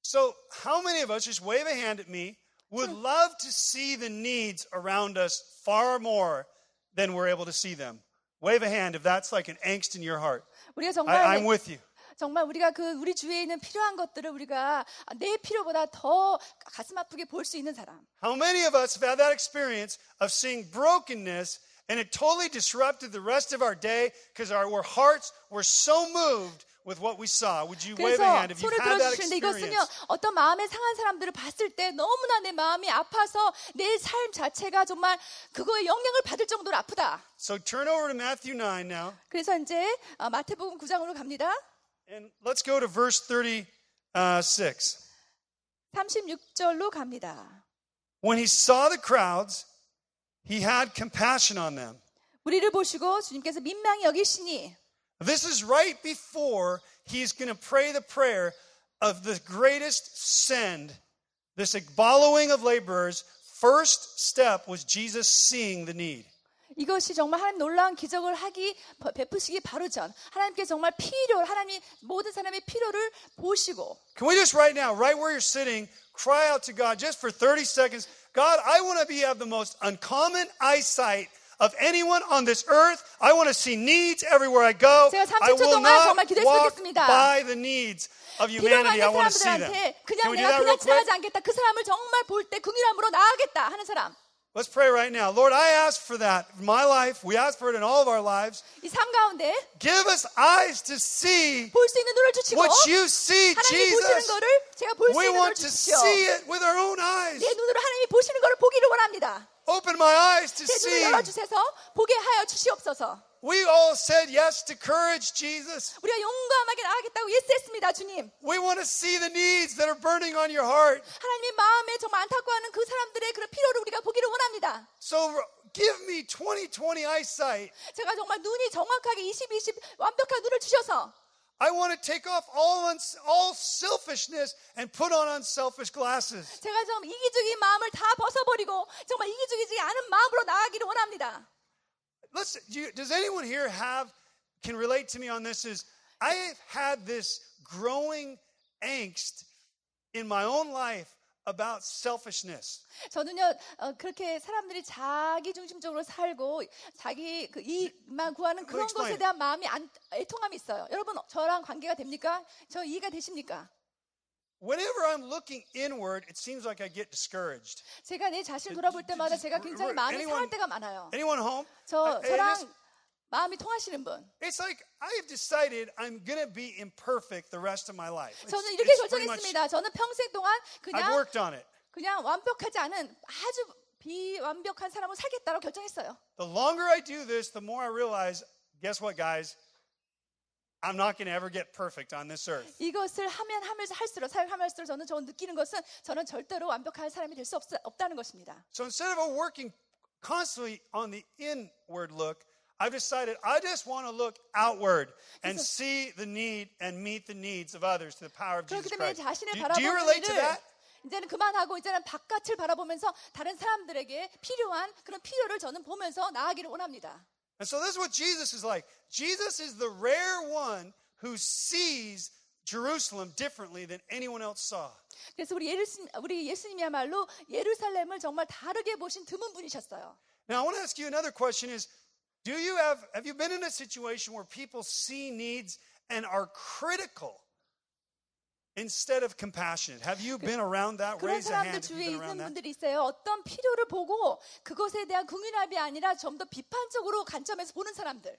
S1: So, how many of us, just wave a hand at me, would love to see the needs around us far more than we're able to see them? Wave a hand if that's like an angst in your heart.
S2: 우리가
S1: I,
S2: 정말
S1: I'm with you.
S2: 정말 우리가 그 우리 주위에 있는 필요한 것들을 우리가 내 필요보다 더 가슴 아프게 볼 수 있는 사람.
S1: How many of us have had that experience of seeing brokenness and it totally disrupted the rest of our day because our, our hearts were so moved with what we saw? Would you wave a
S2: 그래서
S1: hand if you've
S2: 손을
S1: had that
S2: 들어주시는데
S1: experience?
S2: 이것은요 어떤 마음에 상한 사람들을 봤을 때 너무나 내 마음이 아파서 내 삶 자체가 정말 그거에 영향을 받을 정도로 아프다.
S1: So turn over to Matthew 9 now
S2: 그래서 이제 어, 마태복음 9장으로 갑니다.
S1: and let's go to verse uh, 36.
S2: 36절로 갑니다.
S1: When he saw the crowds, he had compassion on them.
S2: 우리를 보시고 주님께서 민망히 여기시니
S1: This is right before he's going to pray the prayer of the greatest send, this following of laborers. First step was Jesus seeing the need.
S2: 이것이 정말 하나님 놀라운 기적을 하기 베- 베푸시기 바로 전 하나님께 정말 필요 하나님 모든 사람의 필요를 보시고
S1: Can we just right now, right where you're sitting, cry out to God just for 30 seconds? God, I want to be have the most uncommon eyesight of anyone on this earth. I want to see needs everywhere I go.
S2: 제가 30초
S1: I will
S2: 동안 정말
S1: not
S2: 기도했으면
S1: walk
S2: 좋겠습니다.
S1: by the needs of
S2: 필요한
S1: humanity. I want to see them.
S2: 사람들한테
S1: Can
S2: 그냥
S1: we do
S2: 내가
S1: that real
S2: 그냥
S1: quick?
S2: 지나가지 않겠다 그 사람을 정말 볼 때 긍휼함으로 나아가겠다 하는 사람
S1: Let's pray right now. Lord, I ask for that in my life. We ask for it in all of our lives.
S2: 이 삶 가운데
S1: Give us eyes to see
S2: 볼 수 있는 눈을 주시고
S1: what you see,
S2: 하나님이 보시는
S1: Jesus.
S2: 거를 제가 볼 수
S1: We
S2: 있는 눈을
S1: want to
S2: 주십시오
S1: see it with our own eyes.
S2: 내 눈으로 하나님이 보시는 거를 보기를 원합니다
S1: Open my eyes to
S2: 제 눈을
S1: see.
S2: 열어주셔서 보게 하여 주시옵소서
S1: We all said yes to courage, Jesus.
S2: 우리가 용감하게 나아가겠다고 예스했습니다 주님
S1: We want to see the needs that are burning on your heart.
S2: 하나님의 마음에 정말 안타까워하는 그 사람들의 그런 필요를 우리가 보기를 원합니다
S1: So give me 2020 eyesight.
S2: 제가 정말 눈이 정확하게 20, 20 완벽한 눈을 주셔서
S1: I want to take off all, uns- all selfishness and put on unselfish glasses.
S2: 제가 좀 이기적인 마음을 다 벗어버리고 정말 이기적이지 않은 마음으로 나아가기를 원합니다.
S1: Listen, do you, does anyone here have can relate to me on this? Is I have had this growing angst in my own life about selfishness.
S2: 저는요 어, 그렇게 사람들이 자기 중심적으로 살고 자기 그 이익만 구하는 그런
S1: explain
S2: 것에
S1: it.
S2: 대한 마음이 안, 애통함이 있어요. 여러분 저랑 관계가 됩니까? 저 이해가 되십니까?
S1: Whenever I'm looking inward, it seems like I get discouraged.
S2: 제가 내 자신을 돌아볼 때마다 제가 굉장히 마음이 상할 때가 많아요.
S1: Anyone home?
S2: 저
S1: I- I just-
S2: 저랑 마음이 통하시는 분.
S1: it's like I have decided I'm going to be imperfect the rest of my life. It's-
S2: 저는 이렇게
S1: it's pretty much-
S2: 결정했습니다. 저는 평생 동안
S1: I've
S2: 그냥
S1: worked on it.
S2: 그냥 완벽하지 않은 아주 비완벽한 사람으로 살겠다고 결정했어요.
S1: The longer I do this, the more I realize guess what, guys? I'm not going to ever get perfect on this earth.
S2: 이것을 하면 하면서 할수록 사역하면 할수록 저는 저 느끼는 것은 저는 절대로 완벽한 사람이 될 수 없다는 것입니다.
S1: So instead of working constantly on the inward look, I've decided I just want to look outward and see the need and meet the needs of others to the power of
S2: 그렇기
S1: Jesus
S2: 때문에
S1: Christ.
S2: 자신을
S1: Do, do you
S2: 바라보는
S1: relate to
S2: 일을
S1: that?
S2: 이제는 그만하고 이제는 바깥을 바라보면서 다른 사람들에게 필요한 그런 필요를 저는 보면서 나아가기를 원합니다.
S1: And so this is what Jesus is like. Jesus is the rare one who sees Jerusalem differently than anyone else saw.
S2: 그래서 우리 예수님, 우리 예수님이야말로 예루살렘을 정말 다르게 보신 드문 분이셨어요.
S1: Now I want to ask you another question is do you have have you been in a situation where people see needs and are critical instead of compassionate? Have you been around that?
S2: 그런
S1: Raise a
S2: 사람들
S1: hand if you've
S2: 주위에
S1: been
S2: 있는
S1: around that.
S2: 분들이 있어요. 어떤 필요를 보고 그것에 대한 긍휼함이 아니라 좀 더 비판적으로 관점에서 보는 사람들.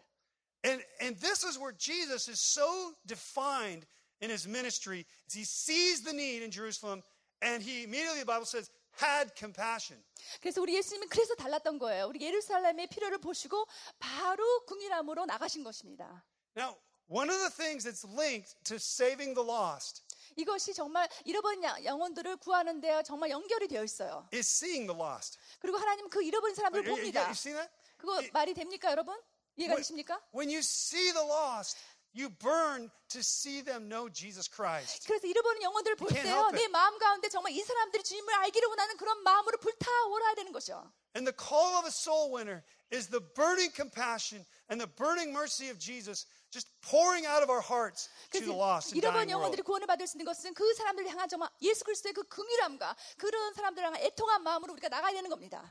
S1: And and this is where Jesus is so defined in his ministry. Is he sees the need in Jerusalem and he immediately the Bible says had compassion.
S2: 그래서 우리 예수님은 그래서 달랐던 거예요. 우리 예루살렘의 필요를 보시고 바로 긍휼함으로 나가신 것입니다.
S1: Now, one of the things that's linked to saving the lost
S2: 이것이 정말 잃어버린 야- 영혼들을 구하는 데 정말 연결이 되어 있어요.
S1: is seeing the lost.
S2: 그리고 하나님 그 잃어버린
S1: You, you,
S2: 사람들을
S1: you 뭐,
S2: 봅니다.
S1: seen that?
S2: 그거 말이 됩니까, 여러분? 이해가 되십니까?
S1: When you see the lost, you burn to see them know Jesus Christ.
S2: 그래서 잃어버린 영혼들을 볼
S1: can't
S2: 때요,
S1: help it.
S2: 내 마음 가운데 정말 이 사람들이 주님을 알기를 원하는 그런 마음으로 불타올라야 되는 것이요.
S1: And the call of a soul winner is the burning compassion and the burning mercy of Jesus just pouring out of our hearts to the
S2: 그래서
S1: lost and
S2: 잃어버린
S1: dying
S2: 영혼들이
S1: world.
S2: 구원을 받을 수 있는 것은 그 사람들을 향한 정말 예수 그리스도의 그 긍휼함과 그런 사람들을 향한 애통한 마음으로 우리가 나가야 되는 겁니다.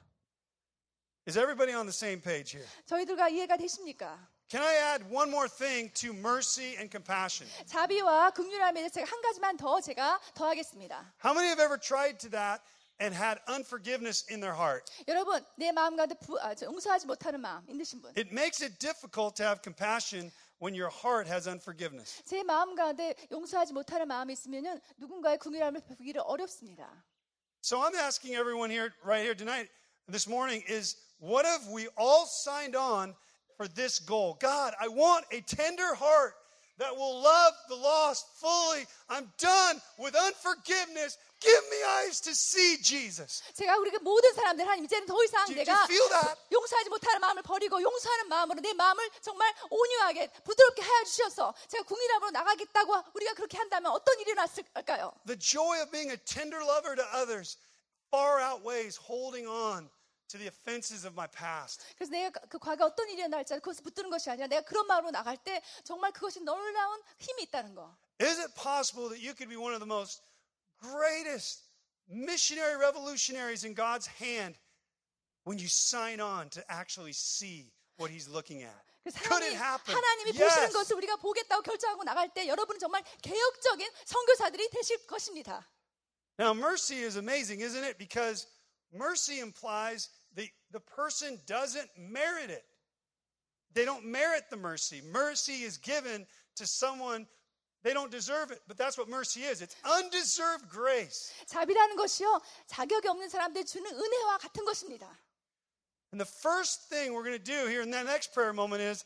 S1: Is everybody on the same page here?
S2: 저희들과 이해가 되십니까?
S1: Can I add one more thing to mercy and compassion?
S2: 자비와 긍휼함에 대해서 제가 한 가지만 더 제가 더하겠습니다.
S1: How many have ever tried to that and had unforgiveness in their heart?
S2: 여러분, 내 마음 가운데 부- 아, 저 용서하지 못하는 마음 있으신 분.
S1: It makes it difficult to have compassion when your heart has unforgiveness.
S2: 제 마음 가운데 용서하지 못하는 마음이 있으면은 누군가의 긍휼함을 베푸기를 어렵습니다.
S1: So I'm asking everyone here, right here tonight, this morning, is what if we all signed on for this goal? God, I want a tender heart that will love the lost fully. I'm done with unforgiveness. Give me eyes to see Jesus.
S2: 제가 우리가 모든 사람들 하나님 이제는 더 이상
S1: Do you- do you
S2: 내가
S1: feel that?
S2: 용서하지 못하는 마음을 버리고 용서하는 마음으로 내 마음을 정말 온유하게 부드럽게 하여 주셔서 제가 궁일함으로 나가겠다고 우리가 그렇게 한다면 어떤 일이 났을까요?
S1: The joy of being a tender lover to others far outweighs holding on to the offenses of my past.
S2: 그래서 내가 그 과거 어떤 일이 날지 그것을 붙드는 것이 아니라 내가 그런 마음으로 나갈 때 정말 그것이 놀라운 힘이 있다는 거.
S1: Is it possible that you could be one of the most greatest missionary revolutionaries in God's hand when you sign on to actually see what He's looking at?
S2: 그래서
S1: Could it
S2: 하나님,
S1: happen?
S2: 하나님이 보시는 것을 우리가 보겠다고 결정하고 나갈 때 여러분은 정말 개혁적인 선교사들이 되실 것입니다.
S1: Now, mercy is amazing, isn't it? Because mercy implies the, the person doesn't merit it. They don't merit the mercy. Mercy is given to someone, they don't deserve it, but that's what mercy is it's undeserved grace.
S2: 자비라는 것이요 자격이 없는 사람들이 주는 은혜와 같은 것입니다.
S1: And the first thing we're going to do here in that next prayer moment is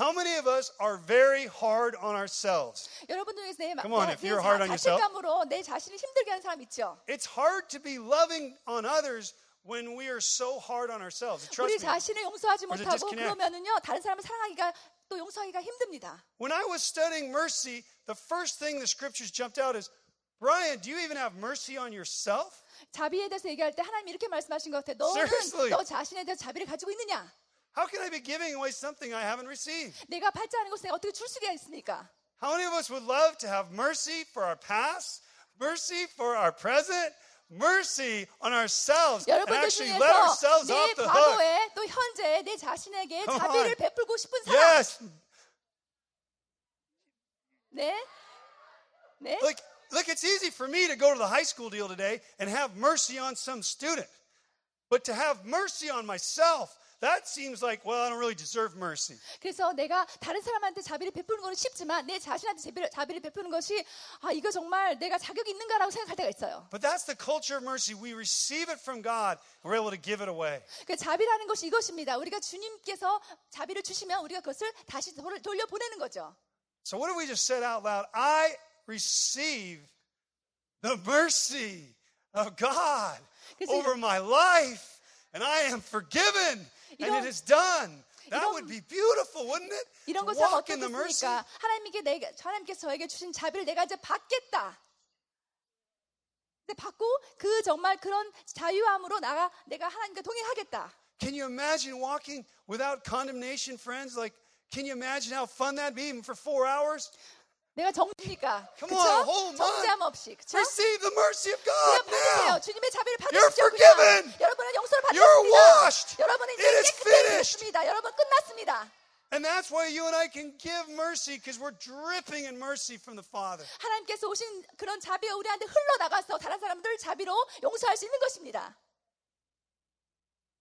S1: how many of us are very hard on ourselves?
S2: 여러분 중에서 내, 마-
S1: Come on,
S2: 내,
S1: if
S2: 내
S1: you're hard on
S2: 자,
S1: yourself.
S2: 자책감으로 내 자신을 힘들게 하는 사람 있죠.
S1: It's hard to be loving on others when we are so hard on ourselves. Trust
S2: 우리
S1: me.
S2: 자신을 용서하지
S1: Or is it
S2: 못하고
S1: disconnect?
S2: 그러면은요 다른 사람을 사랑하기가 또 용서하기가 힘듭니다.
S1: When I was studying mercy, the first thing the scriptures jumped out is, Brian, do you even have mercy on yourself?
S2: 자비에 대해서 얘기할 때 하나님 이렇게 말씀하신 것 같아. 너는
S1: Seriously?
S2: 너 자신에 대해서 자비를 가지고 있느냐?
S1: How can I be giving away something I haven't received?
S2: 내가 받지 않은 것을 내가 어떻게 줄 수가 있습니까?
S1: How many of us would love to have mercy for our past, mercy for our present, mercy on ourselves, and
S2: 여러분들
S1: actually let
S2: 중에서
S1: ourselves
S2: 내
S1: off the hook?
S2: 과거에 또 현재에 내 자신에게
S1: Come
S2: 자비를
S1: on.
S2: 베풀고 싶은 사람.
S1: Yes.
S2: 네. 네.
S1: Look, look, it's easy for me to go to the high school deal today and have mercy on some student. But to have mercy on myself, that seems like, well, I don't really deserve mercy.
S2: 그래서 내가 다른 사람한테 자비를 베푸는 건 쉽지만 내 자신한테 자비를, 자비를 베푸는 것이 아 이거 정말 내가 자격이 있는가라고 생각할 때가 있어요.
S1: But that's the culture of mercy. We receive it from God, and we're able to give it away.
S2: 그 자비라는 것이 이것입니다. 우리가 주님께서 자비를 주시면 우리가 그것을 다시 돌- 돌려보내는 거죠.
S1: So, what do we just said out loud? I receive the mercy of God
S2: 그래서
S1: over my life, and I am forgiven, and
S2: 이런-
S1: it is done. That
S2: 이런-
S1: would be beautiful, wouldn't it?
S2: 이런
S1: To
S2: 것을
S1: walk in the mercy.
S2: 어떻습니까? 하나님께 내가 하나님께서 저에게 주신 자비를 내가 이제 받겠다. 근데 받고 그 정말 그런 자유함으로 나가 내가 하나님과 동행하겠다.
S1: Can you imagine walking without condemnation, friends? Like, can you imagine how fun that'd be even for four hours?
S2: 내가 정니까
S1: Come
S2: 그쵸?
S1: on, hold on.
S2: 정죄함 없이 그쵸?
S1: Receive the mercy of
S2: 그냥
S1: God now.
S2: 받으세요. 주님의 자비를
S1: You're
S2: 받으십시오.
S1: forgiven.
S2: 그냥. 여러분은 용서를
S1: You're washed.
S2: 받았습니다. 여러분은
S1: It
S2: 이제
S1: is
S2: 깨끗해졌습니다. 여러분 끝났습니다.
S1: And that's why you and I can give mercy because we're dripping in mercy from the Father.
S2: 하나님께서 오신 그런 자비가 우리한테 흘러나가서 다른 사람들 자비로 용서할 수 있는 것입니다.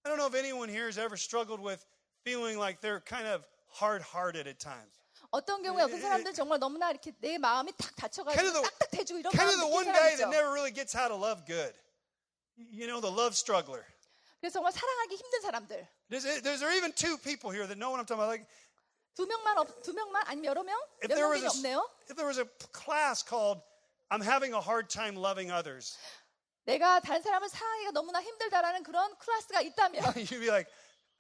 S1: I don't know if anyone here has ever struggled with feeling like they're kind of hard hearted at times.
S2: 어떤 경우에 어떤 사람들은 정말 너무나 이렇게 내 마음이 탁
S1: Kind of
S2: 닫혀가지고
S1: the-
S2: 딱딱 대주고 이런
S1: Kind of the
S2: 마음이
S1: one
S2: 있는
S1: guy that
S2: 사람이죠.
S1: never really gets how to love good. You know, the love struggler.
S2: 그래서 정말 사랑하기 힘든 사람들
S1: There's, there's there are even two people here that know what I'm talking about. Like,
S2: 두 명만 없, 두 명만 아니면 여러 명?
S1: if there
S2: 여러
S1: was a,
S2: 명이 없네요.
S1: if there was a class called "I'm having a hard time loving others,"
S2: 내가 다른 사람을 사랑하기가 너무나 힘들다라는 그런 클래스가 있다면
S1: you'd be like,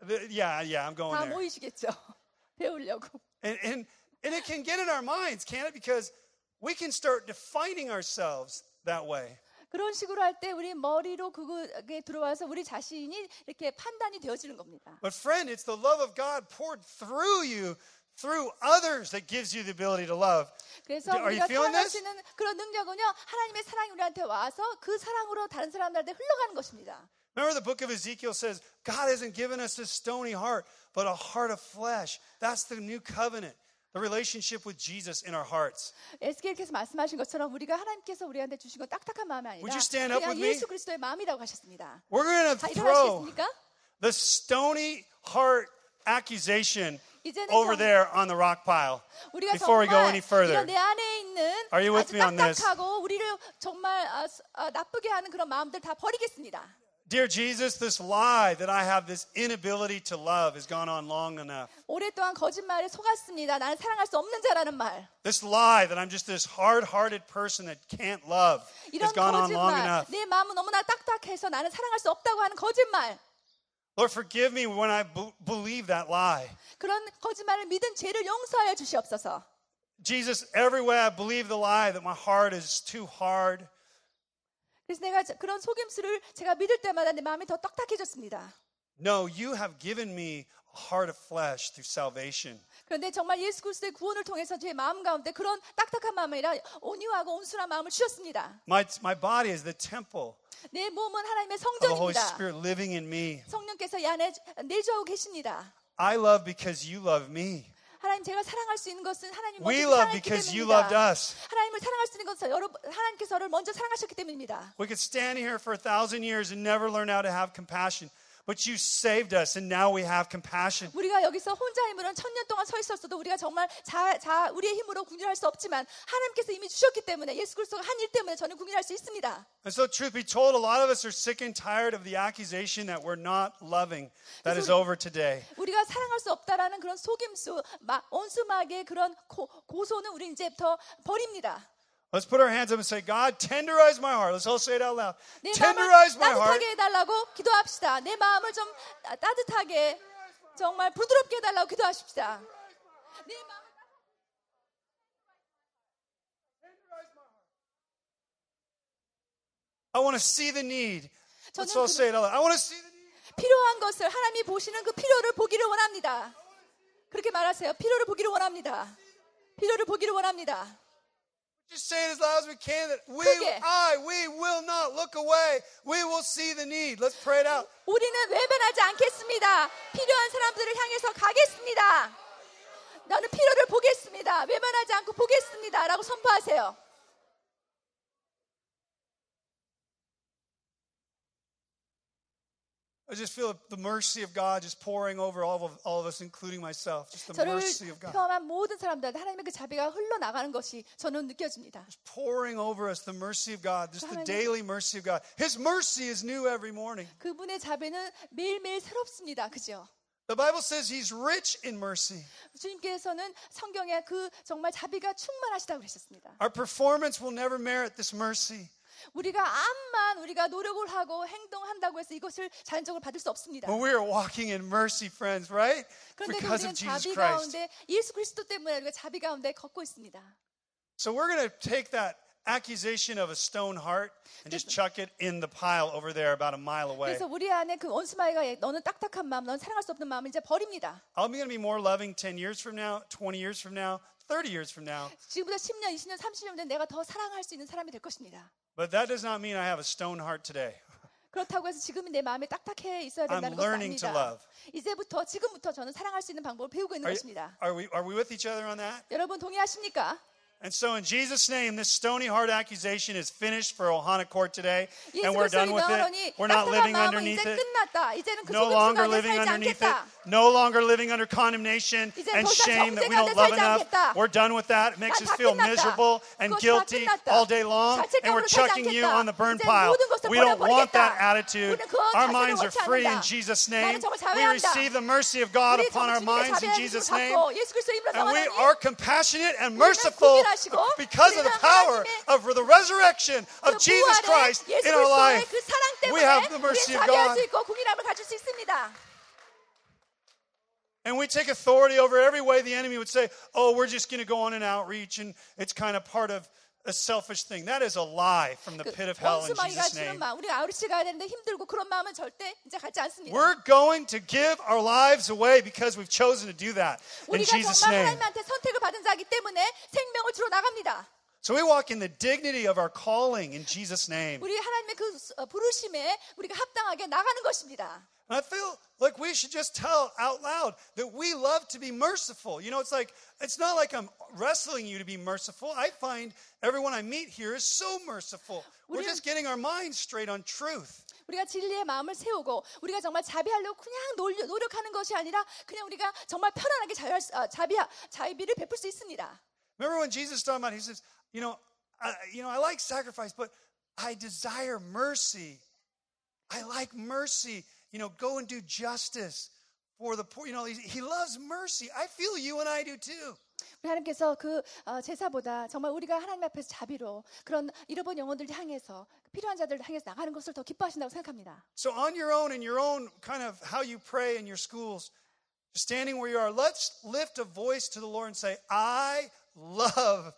S1: "Th- "Yeah, yeah, I'm going
S2: 다
S1: there."
S2: 모이시겠죠. 배우려고.
S1: And and and it can get in our minds, can't it? Because we can start defining ourselves that way.
S2: 그런 식으로 할 때 우리 머리로 그게 들어와서 우리 자신이 이렇게 판단이 되어지는 겁니다.
S1: But friend, it's the love of God poured through you through others that gives you the ability to love.
S2: 그래서
S1: Are you
S2: 우리가
S1: feeling
S2: 사랑할
S1: this?
S2: 수 있는 그런 능력은요 하나님의 사랑이 우리한테 와서 그 사랑으로 다른 사람들한테 흘러가는 것입니다.
S1: Remember the book of Ezekiel says, God hasn't given us this stony heart, but a heart of flesh. That's the new covenant, the relationship with Jesus in our hearts.
S2: 에스겔께서 말씀하신 것처럼 우리가 하나님께서 우리한테 주신 건 딱딱한 마음이 아니라
S1: Would you stand up
S2: 그냥
S1: with me?
S2: 예수 그리스도의 마음이라고 하셨습니다.
S1: We're going
S2: 다
S1: to throw
S2: 일어나시겠습니까?
S1: the stony heart accusation
S2: 이제는
S1: over
S2: 정-
S1: there on the rock pile
S2: 우리가
S1: before we go
S2: 정말
S1: any further.
S2: 이런 내 안에 있는
S1: Are you with
S2: 아주
S1: me on this?
S2: 딱딱하고 우리를 정말 아, 수- 아, 나쁘게 하는 그런 마음들 다 버리겠습니다.
S1: Dear Jesus, this lie that I have this inability to love has gone on long enough.
S2: 오랫동안 거짓말에 속았습니다. 나는 사랑할 수 없는 자라는 말.
S1: This lie that I'm just this hard hearted person that can't love
S2: 이런
S1: has gone on long
S2: 거짓말.
S1: enough.
S2: 내 마음은 너무나 딱딱해서 나는 사랑할 수 없다고 하는 거짓말.
S1: Lord, forgive me when I b- believe that lie.
S2: 그런 거짓말을 믿은 죄를 용서하여 주시옵소서.
S1: Jesus, every way I believe the lie that my heart is too hard,
S2: 그래서 내가 저- 그런 속임수를 제가 믿을 때마다 내 마음이 더 딱딱해졌습니다.
S1: No, you have given me a heart of flesh through salvation.
S2: 그런데 정말 예수 그리스도의 구원을 통해서 제 마음 가운데 그런 딱딱한 마음이 아니라 온유하고 온순한 마음을 주셨습니다.
S1: My, my body is the temple
S2: 내 몸은 하나님의
S1: of the Holy
S2: 성전입니다.
S1: Spirit living in me.
S2: 성령께서 이 안에 내주하고 계십니다.
S1: I love because you love me.
S2: 하나님 제가 사랑할 수 있는 것은 하나님
S1: We
S2: 먼저
S1: love
S2: 사랑했기
S1: because you
S2: 때문입니다.
S1: loved us.
S2: 하나님을 사랑할 수 있는 것은 여러분 하나님께서 저를 먼저 사랑하셨기 때문입니다.
S1: We could stand here for a thousand years and never learn how to have compassion, but you saved us and now we have compassion.
S2: 우리가 여기서 혼자 힘으로는 천년 동안 서 있었어도 우리가 정말 자, 자 우리의 힘으로 궁휼할 수 없지만 하나님께서 이미 주셨기 때문에 예수 그리스도가 한 일 때문에 저는 궁휼할 수 있습니다.
S1: And so, truth be told, a lot of us are sick and tired of the accusation that we're not loving. That is over today.
S2: 우리가 사랑할 수 없다라는 그런 속임수, 마, 온수막의 그런 고, 고소는 우리 이제부터 버립니다.
S1: Let's put our hands up and say, God, tenderize my heart. Let's all say it out loud.
S2: 내 마음을
S1: Tenderize my heart.
S2: 따뜻하게 해달라고 기도합시다. 내 마음을 좀 따- 따뜻하게 정말 부드럽게 해달라고 기도하십시다. 내 마음을
S1: I want to see the need. Let's
S2: 저는
S1: all say it out loud. I want to see the need.
S2: 필요한 것을 하나님이 보시는 그 필요를 보기를 원합니다. 그렇게 말하세요. 필요를 보기를 원합니다. 필요를 보기를 원합니다.
S1: Just say it as loud as we can that we,
S2: 크게.
S1: I, we will not look away. We will see the need. Let's pray it out.
S2: 우리는 외면하지 않겠습니다. 필요한 사람들을 향해서 가겠습니다. 나는 필요를 보겠습니다. 외면하지 않고 보겠습니다. 라고 선포하세요.
S1: I just feel the mercy of God just pouring over all of, all of us, including myself. Just the
S2: 저를
S1: mercy of God.
S2: 포함한 모든 사람들한테 하나님의 그 자비가 흘러나가는 것이 저는 느껴집니다.
S1: Pouring over us the mercy of God, just the
S2: 하나님.
S1: daily mercy of God. His mercy is new every morning.
S2: 그분의 자비는 매일매일 새롭습니다. 그죠?
S1: The Bible says he's rich in mercy.
S2: 주님께서는 성경에 그 정말 자비가 충만하시다고 그러셨습니다.
S1: Our performance will never merit this mercy.
S2: 우리가 암만 우리가 노력을 하고 행동한다고 해서 이것을 자연적으로 받을 수 없습니다.
S1: But we are walking in mercy, friends, right?
S2: 그런데
S1: Because
S2: 우리는
S1: of Jesus
S2: 자비
S1: Christ.
S2: 가운데 예수 그리스도 때문에 우리가 자비 가운데 걷고 있습니다.
S1: So we're going to take that accusation of a stone heart and just chuck it in the pile over there about a mile away.
S2: 그래서 우리 안에 그 원수마이가 너는 딱딱한 마음, 너는 사랑할 수 없는 마음을 이제 버립니다.
S1: I'm going to be more loving 10 years from now, 20 years from now, 30 years from now.
S2: 지금보다 10년, 20년, 30년 된 내가 더 사랑할 수 있는 사람이 될 것입니다.
S1: But that does not mean I have a stone heart today.
S2: 그렇다고 해서 지금은 내 마음이 딱딱해 있어야
S1: I'm
S2: 된다는 것은
S1: learning to
S2: 아닙니다.
S1: love.
S2: 이제부터 지금부터 저는 사랑할 수 있는 방법을 배우고
S1: Are,
S2: 있는
S1: you-
S2: 것입니다.
S1: are we, are we with each other on that?
S2: 여러분 동의하십니까?
S1: And so, in Jesus' name, this stony heart accusation is finished for Ohana Court today,
S2: 예수
S1: and we're done
S2: 그리스도의
S1: with
S2: 명하노니
S1: it. We're not
S2: 딱딱한
S1: living
S2: 마음은 이제
S1: underneath it.
S2: 끝났다. 이제는 그
S1: No longer
S2: 속임수가
S1: living
S2: 살지
S1: underneath it.
S2: 않겠다.
S1: No longer living under condemnation
S2: 이제
S1: and
S2: 더 이상
S1: shame that we
S2: 정죄가
S1: don't
S2: 내
S1: love
S2: 살지
S1: enough.
S2: 않겠다.
S1: We're done with that. It makes
S2: 다
S1: us feel
S2: 끝났다.
S1: miserable and
S2: 그것 다
S1: guilty
S2: 끝났다.
S1: all day long, and we're
S2: 자책감으로 살지
S1: chucking you
S2: 않겠다.
S1: on the burn
S2: 이제
S1: pile.
S2: 모든 것을
S1: We don't want
S2: 버려버리겠다.
S1: that attitude.
S2: 우리는 그런
S1: Our
S2: 자세를
S1: minds are
S2: 원치
S1: free in
S2: 않는다.
S1: Jesus'
S2: 나는
S1: name. We
S2: 정말 자유한다.
S1: receive the mercy of God
S2: 우리
S1: upon our
S2: 정말
S1: minds in
S2: 주님의
S1: Jesus'
S2: 자비의
S1: name.
S2: 힘으로 갖고 예수 그리스도의 이름으로
S1: And we
S2: 사랑하니
S1: are compassionate and
S2: 우리는
S1: merciful
S2: 구별하시고
S1: because of the
S2: 우리는
S1: power
S2: 하나님의
S1: of the resurrection of
S2: 그
S1: Jesus
S2: 부활의
S1: Christ
S2: 예수
S1: in our
S2: 그리스도의
S1: life.
S2: 그 사랑
S1: We
S2: 때문에
S1: have the mercy
S2: 우리는
S1: of
S2: 자비할
S1: God.
S2: 수 있고 공의함을 가질 수 있습니다. 그
S1: And we take authority over every way the enemy would say, oh, we're just going to go on an outreach and it's kind of part of a selfish thing. That is a lie from the pit of hell in
S2: 원수마귀가
S1: Jesus'
S2: 주는
S1: name.
S2: 마음, 우리 아우르시 가야 되는데 힘들고 그런 마음은 절대 이제 갖지 않습니다.
S1: We're going to give our lives away because we've chosen to do that in
S2: 우리가
S1: Jesus'
S2: 정말
S1: name.
S2: 하나님한테 선택을 받은 자이기 때문에 생명을 주로 나갑니다.
S1: So we walk in the dignity of our calling in Jesus' name.
S2: 우리 하나님의 그 수- 어, 부르심에 우리가 합당하게 나가는 것입니다.
S1: And I feel like we should just tell out loud that we love to be merciful. You know, it's like, it's not like I'm wrestling you to be merciful. I find everyone I meet here is so merciful. We're
S2: 우리는-
S1: just getting our minds straight on truth.
S2: 우리가 진리의 마음을 세우고 우리가 정말 자비하려고 그냥 놀려- 노력하는 것이 아니라 그냥 우리가 정말 편안하게 자유할 수- 아, 자비, 자비를 베풀 수 있습니다.
S1: Remember when Jesus talking about, he says, you know, I, you know, I like sacrifice, but I desire mercy. I like mercy. You know, go and do justice for the poor. You know, he, he loves mercy. I feel you and I do too.
S2: 우리 하나님께서 그 어, 제사보다 정말 우리가 하나님 앞에서 자비로 그런 잃어버린 영혼들 향해서 필요한 자들 향해서 나가는 것을 더 기뻐하신다고 생각합니다.
S1: So on your own, in your own kind of how you pray in your schools, standing where you are, let's lift a voice to the Lord and say, I love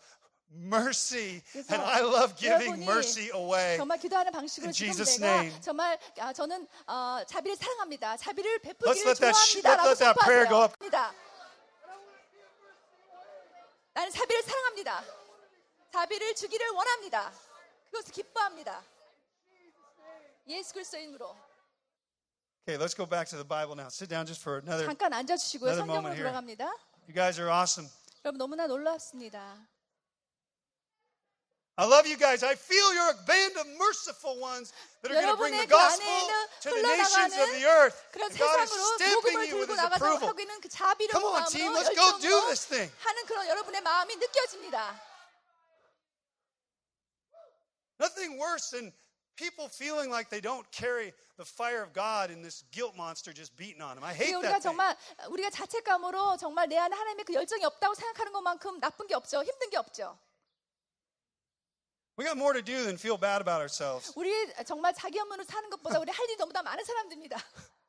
S1: mercy and I love giving
S2: 여러분이
S1: mercy away.
S2: 정말 기도하는 방식으로
S1: In
S2: 지금
S1: Jesus'
S2: 내가
S1: name.
S2: 정말 아, 저는 어, 자비를 사랑합니다. 자비를
S1: Let's
S2: 베풀기를
S1: let that sh-
S2: 좋아합니다라고
S1: let's let that prayer go up.
S2: 선포하세요. 합니다. 나는 자비를 사랑합니다. 자비를 주기를 원합니다. 그것을 기뻐합니다. 예수 그리스도의 이름으로
S1: Okay, let's go back to the Bible now. Sit down just for another.
S2: 잠깐 앉아주시고요.
S1: Another
S2: 성경으로
S1: moment here.
S2: 돌아갑니다.
S1: You guys are awesome.
S2: 여러분 너무나 놀랍습니다.
S1: I love you guys. I feel you're a band of merciful ones that are going to bring the
S2: 여러분의 그
S1: gospel
S2: 안에는
S1: to the nations of
S2: 흘러나가는
S1: the earth.
S2: 그런
S1: And God is
S2: 세상으로
S1: stamping
S2: 복음을
S1: you with
S2: 들고
S1: His
S2: 나가자고
S1: approval.
S2: 하고 있는 그 자비로운
S1: Come on,
S2: 마음으로
S1: team. Let's go do
S2: 열정으로
S1: this thing.
S2: 하는 그런 여러분의 마음이 느껴집니다.
S1: Nothing worse than people feeling like they don't carry the fire of God and this guilt monster just beating on them. I hate
S2: 우리가
S1: that. thing.
S2: 정말 우리가 자책감으로 정말 내 안에 하나님의 그 열정이 없다고 생각하는 것만큼 나쁜 게 없죠. 힘든 게 없죠.
S1: We got more to do than feel bad about ourselves.
S2: 우리 정말 자기 연문으로 사는 것보다 우리 할 일이 너무나 많은 사람들입니다.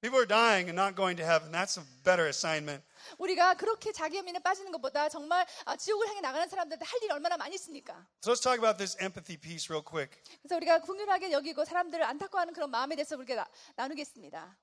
S1: People are dying and not going to heaven. That's a better assignment.
S2: 우리가 그렇게 자기 연민에 빠지는 것보다 정말 아, 지옥을 향해 나가는 사람들한테 할 일이 얼마나 많이 있습니까?
S1: So let's talk about this empathy piece real quick.
S2: 그래서 우리가 궁유하게 여기고 사람들을 안타까워하는 그런 마음에 대해서 우리가 나- 나누겠습니다.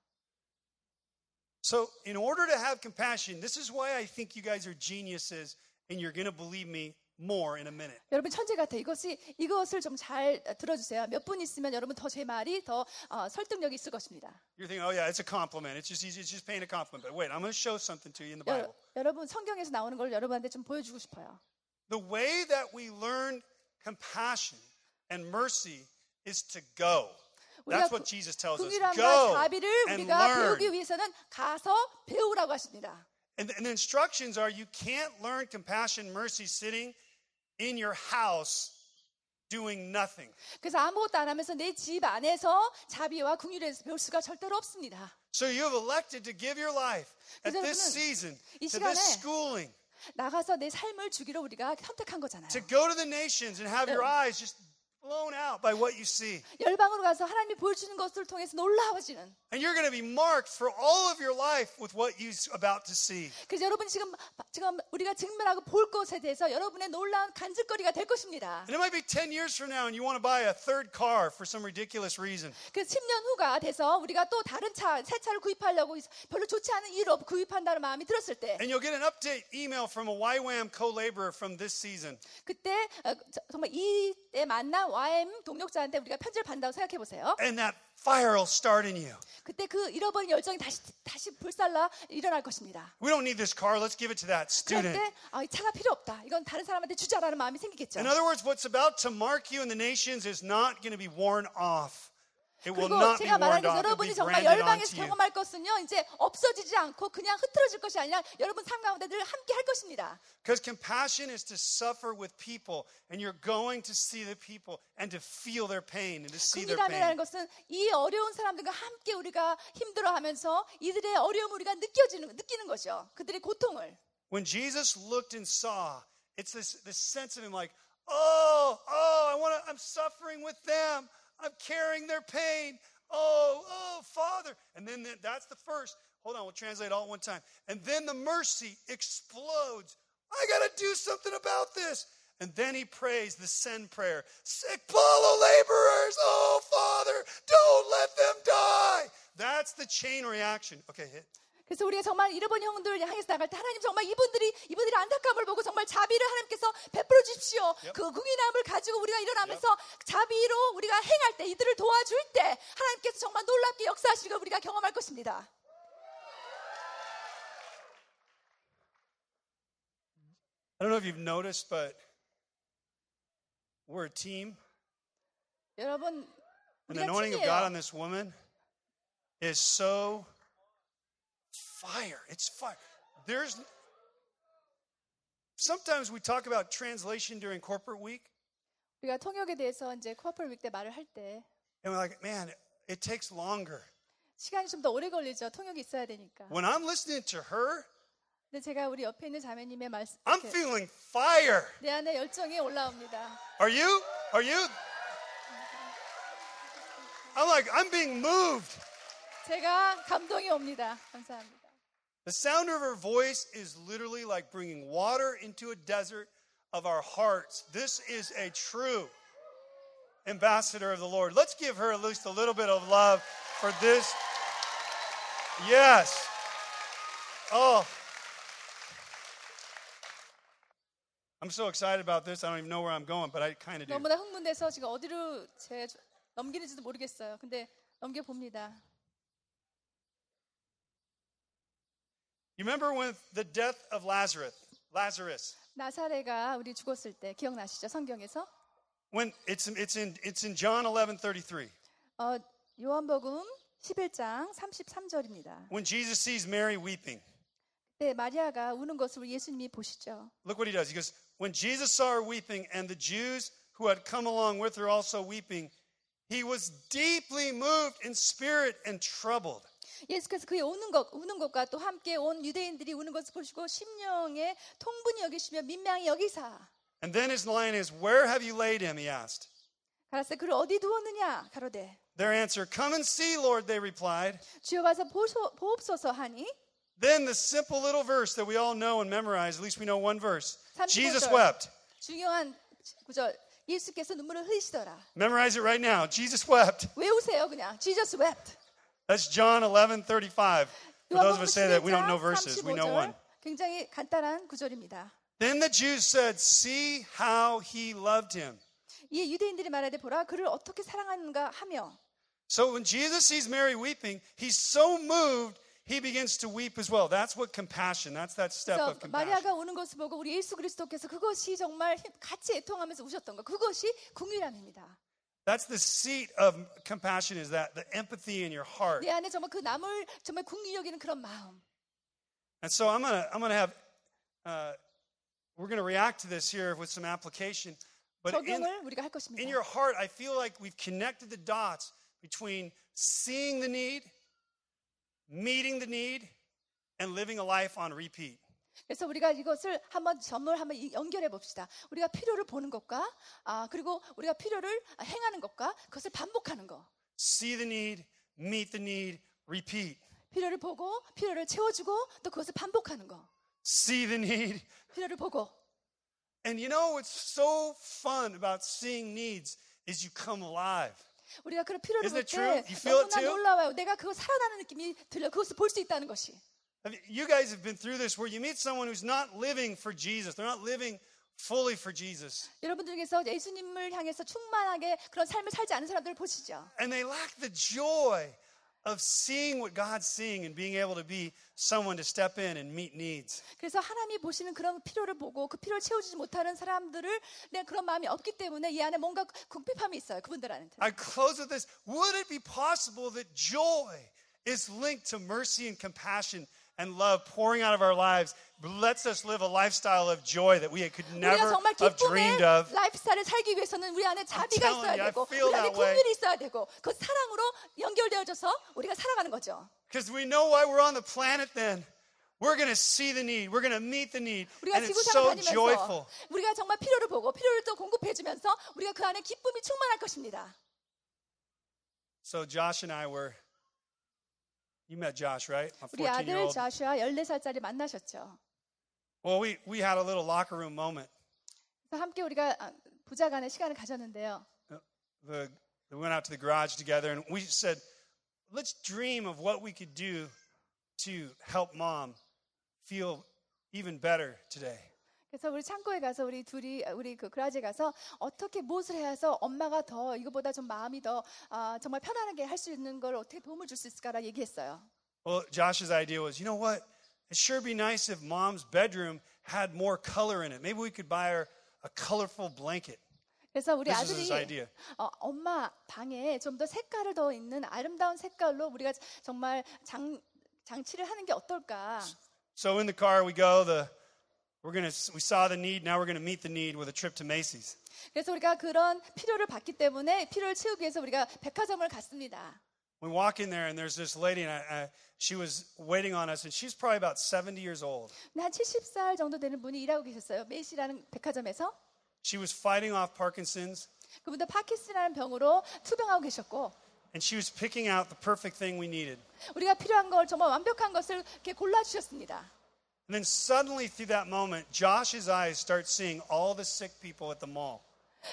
S1: So, in order to have compassion, this is why I think you guys are geniuses and you're going to believe me more in a minute.
S2: 여러분 천재 같아. 이것이 이것을 좀 잘 들어주세요. 몇 분 있으면 여러분 더 제 말이 더 어, 설득력이 있을 것입니다.
S1: You're thinking, oh, yeah, it's a compliment. It's just easy. It's just paying a compliment. But wait, I'm going to show something to you in the
S2: 여,
S1: Bible.
S2: 여러분 성경에서 나오는 걸 여러분한테 좀 보여주고 싶어요.
S1: The way that we learn compassion and mercy is to go. That's what Jesus tells us.
S2: 긍휼함과
S1: Go
S2: 자비를
S1: and
S2: 우리가 배우기
S1: learn.
S2: 위해서는 가서 배우라고 하십니다.
S1: And, and the instructions are you can't learn compassion, mercy sitting in your house doing nothing.
S2: 그래서 아무것도 안 하면서 내 집 안에서 자비와 긍휼에 대해서 배울 수가 절대로 없습니다.
S1: So you have elected to give your life at
S2: 그래서
S1: this
S2: 여러분은
S1: season,
S2: 이
S1: to this
S2: 시간에
S1: schooling,
S2: 나가서 내 삶을 주기로 우리가 선택한 거잖아요.
S1: to go to the nations and have your
S2: 네.
S1: eyes just blown out by what you see.
S2: 열방으로 가서 하나님이 보여주는 것을 통해서 놀라워지는.
S1: And you're going to be marked for all of your life with what you're about to see.
S2: 그래서 여러분 지금 지금 우리가 증명하고 볼 것에 대해서 여러분의 놀라운 간증거리가 될 것입니다.
S1: And it might be 10 years from now and you want to buy a third car for some ridiculous reason.
S2: 그래서 10년 후가 돼서 우리가 또 다른 차, 새 차를 구입하려고 별로 좋지 않은 이유로 구입한다는 마음이 들었을 때
S1: And you'll get an update email from a YWAM co laborer from this season.
S2: 그때 어, 저- 정말 이때 만난 YM 동력자한테 우리가 편지를 받는다고 생각해 보세요.
S1: And that fire will start in you.
S2: 그때 그 잃어버린 열정이 다시 다시 불살라 일어날 것입니다.
S1: We don't need this car. Let's give it to that
S2: 그럴
S1: student.
S2: 때 아, 이 차가 필요 없다. 이건 다른 사람한테 주자라는 마음이 생기겠죠.
S1: In other words, what's about to mark you in the nations is not going to be worn off. It will
S2: 그리고
S1: not be
S2: 제가
S1: worn off.
S2: 말하는
S1: It'll be
S2: 여러분이 정말
S1: branded
S2: 열방에서
S1: onto you.
S2: 경험할 것은요 이제 없어지지 않고 그냥 흐트러질 것이 아니라 여러분 삶 가운데 늘 함께 할 것입니다.
S1: Because compassion is to suffer with people, and you're going to see the people and to feel their pain and to see their pain.
S2: 긍휼함이라는 것은 이 어려운 사람들과 함께 우리가 힘들어하면서 이들의 어려움 우리가 느껴지는 느끼는 것이요 그들의 고통을
S1: When Jesus looked and saw, it's this, this sense of him like, oh, oh, I want to, I'm suffering with them. I'm carrying their pain. Oh, oh, Father. And then th- that's the first. Hold on, we'll translate all at one time. And then the mercy explodes. I got to do something about this. And then he prays the send prayer. Sick Paulo laborers, oh Father, don't let them die. That's the chain reaction. Okay, hit.
S2: 그래서 우리가 정말 잃어버린 형들 향해서 나갈 때 하나님 정말 이분들이 이분들의 안타까움을 보고 정말 자비를 하나님께서 베풀어 주십시오. 그 궁인함을 가지고 우리가 일어나면서 자비로 우리가 행할 때 이들을 도와줄 때 하나님께서 정말 놀랍게 역사하시는 걸 우리가 경험할 것입니다.
S1: I don't know if you've noticed, but we're a team.
S2: 여러분
S1: And the
S2: 우리가
S1: anointing of 네, God on
S2: 팀이에요.
S1: this woman is so fire. It's fire. There's sometimes we talk about translation during corporate week,
S2: 우리가 통역에 대해서 이제 코어플 윅때 말을 할 때
S1: and we're like, man, it takes longer.
S2: 시간이 좀 더 오래 걸리죠. 통역이 있어야 되니까.
S1: When I'm listening to her,
S2: 근데 제가 우리 옆에 있는 자매님의 말씀
S1: I'm
S2: 이렇게
S1: feeling fire.
S2: 내 안에 열정이 올라옵니다.
S1: Are you? Are you? I'm like, I'm being moved.
S2: 제가 감동이 옵니다. 감사합니다.
S1: The sound of her voice is literally like bringing water into a desert of our hearts. This is a true ambassador of the Lord. Let's give her at least a little bit of love for this. Yes. Oh. I'm so excited about this. I don't even know where I'm going, but I kind of do.
S2: 너무나 흥분돼서 지금 어디로 제 넘기는지도 모르겠어요. 근데 넘겨 봅니다.
S1: You remember when the death of Lazarus, Lazarus,
S2: 나사레가 우리 죽었을 때 기억나시죠? 성경에서
S1: when it's it's in it's in John 11:33.
S2: 어, 요한복음 11장 33절입니다.
S1: When Jesus sees Mary weeping,
S2: 네, 마리아가 우는 것을 우리 예수님이 보시죠.
S1: Look what he does. He goes, When Jesus saw her weeping, and the Jews who had come along with her also weeping, he was deeply moved in spirit and troubled.
S2: 예수께서 그의 우는 것, 우는 것과 또 함께 온 유대인들이 우는 것을 보시고 심령에 통분이 여기시며 민망히 여기사.
S1: And then his line is, Where have you laid him? He asked.
S2: 가라사 그를 어디 두었느냐? 가로되
S1: Their answer, Come and see, Lord, they replied.
S2: 주여 가서 보소, 보옵소서 하니
S1: Then the simple little verse that we all know and memorize, at least we know one verse
S2: Some people
S1: Jesus
S2: don't.
S1: wept.
S2: 중요한 구절 예수께서 눈물을 흘리시더라.
S1: Memorize it right now. Jesus wept.
S2: 외우세요 그냥. Jesus wept.
S1: That's John 11 35. For those of us say that we don't know
S2: 11장
S1: verses, we know
S2: 35절.
S1: one.
S2: 굉장히 간단한 구절입니다.
S1: Then the Jews said, See how he loved him.
S2: 이에 유대인들이 말하되 보라 그를 어떻게 사랑하는가 하며
S1: So when Jesus sees Mary weeping, he's so moved, he begins to weep as well. That's what compassion, that's that step
S2: 그래서
S1: of compassion.
S2: 마리아가 우는 것을 보고 우리 예수 그리스도께서 그것이 정말 힘- 같이 애통하면서 우셨던 것 그것이 궁유함입니다.
S1: That's the seat of compassion is that the empathy in your heart.
S2: 내 안에 정말 그 남을 정말 궁유 여기는 그런 마음.
S1: And so I'm going to I'm going to have uh, we're going to react to this here with some application, but in,
S2: 적용을 우리가 할
S1: in
S2: 것입니다.
S1: your heart I feel like we've connected the dots between seeing the need, meeting the need, and living a life on repeat.
S2: 그래서 우리가 이것을 한번 점을 한번 이- 연결해 봅시다. 우리가 필요를 보는 것과 아 그리고 우리가 필요를 행하는 것과 그것을 반복하는 거.
S1: See the need, meet the need, repeat.
S2: 필요를 보고 필요를 채워주고 또 그것을 반복하는 거.
S1: See the need.
S2: 필요를 보고
S1: And you know what's so fun about seeing needs is you come alive.
S2: 우리가 그런 필요를
S1: Isn't it
S2: 볼
S1: true?
S2: 때
S1: You feel it
S2: 너무나
S1: too?
S2: 놀라워요. 내가 그거 살아나는 느낌이 들려. 그것을 볼 수 있다는 것이.
S1: I mean, you guys have been through this where you meet someone who's not living for Jesus. They're not living fully for Jesus.
S2: 여러분들께서 예수님을 향해서 충만하게 그런 삶을 살지 않은 사람들을 보시죠.
S1: And they lack the joy of seeing what God's seeing and being able to be someone to step in and meet needs.
S2: 그래서 하나님이 보시는 그런 필요를 보고 그 필요를 채워주지 못하는 사람들을 내 그런 마음이 없기 때문에 이 안에 뭔가 궁핍함이 있어요. 그분들한테.
S1: I close with this. Would it be possible that joy is linked to mercy and compassion and love pouring out of our lives, lets us live a lifestyle of joy that we could
S2: 우리가
S1: never
S2: 정말
S1: have
S2: 기쁨의
S1: dreamed of?
S2: 라이프스타일을 살기 위해서는 우리 안에 자비가
S1: telling
S2: 있어야
S1: you, I
S2: 되고
S1: feel
S2: 우리 안에
S1: that way.
S2: 긍휼이 있어야 되고 그 사랑으로 연결되어져서 우리가 살아가는 거죠.
S1: Because we know why we're on the planet then. We're going to see the need, we're going to meet the need.
S2: 우리가
S1: And it's
S2: 지구상을
S1: so
S2: 다니면서
S1: joyful.
S2: 우리가 정말 필요를 보고 필요를 또 공급해주면서 우리가 그 안에 기쁨이 충만할 것입니다.
S1: So Josh and I were, you met Josh, right? My
S2: 우리
S1: 14 year
S2: 아들
S1: old.
S2: 자슈아 14살짜리 만나셨죠.
S1: Well, we, we had a little locker room moment.
S2: 그래서 함께 우리가 아, 부자간의 sign을 가졌는데요.
S1: the, we went out to the garage together and we said, let's dream of what we could do to help mom feel even better today.
S2: 그래서 우리 창고에 가서 우리 둘이 아, 우리 그 그라지에 가서 어떻게 무엇을 해서 엄마가 더 이거보다 좀 마음이 더 아, 정말 편안하게 할 수 있는 걸 어떻게 도움을 줄 수 있을까라 얘기했어요.
S1: Well, Josh's idea was, you know what? It'd sure be nice if mom's bedroom had more color in it. Maybe we could buy her a colorful blanket.
S2: 그래서 우리
S1: This is his
S2: 아들이
S1: idea.
S2: 어, 엄마 방에 좀 더 색깔을 더 있는 아름다운 색깔로 우리가 정말 장 장치를 하는 게 어떨까?
S1: So in the car we go. The we're gonna we saw the need. Now we're gonna meet the need with a trip to Macy's.
S2: 그래서 우리가 그런 필요를 받기 때문에 필요를 채우기 위해서 우리가 백화점을 갔습니다.
S1: We walk in there and there's this lady and I, I, she was waiting on us and she's probably about 70 years old.
S2: 근데 한 70살 정도 되는 분이 일하고 계셨어요. 메이시라는 백화점에서.
S1: She was fighting off Parkinson's
S2: 그분도 파키스라는 병으로 투병하고 계셨고
S1: and she was picking out the perfect thing we needed.
S2: 우리가 필요한 걸 정말 완벽한 것을 이렇게 골라 주셨습니다.
S1: And then suddenly, through that moment, Josh's eyes start seeing all the sick people at the mall.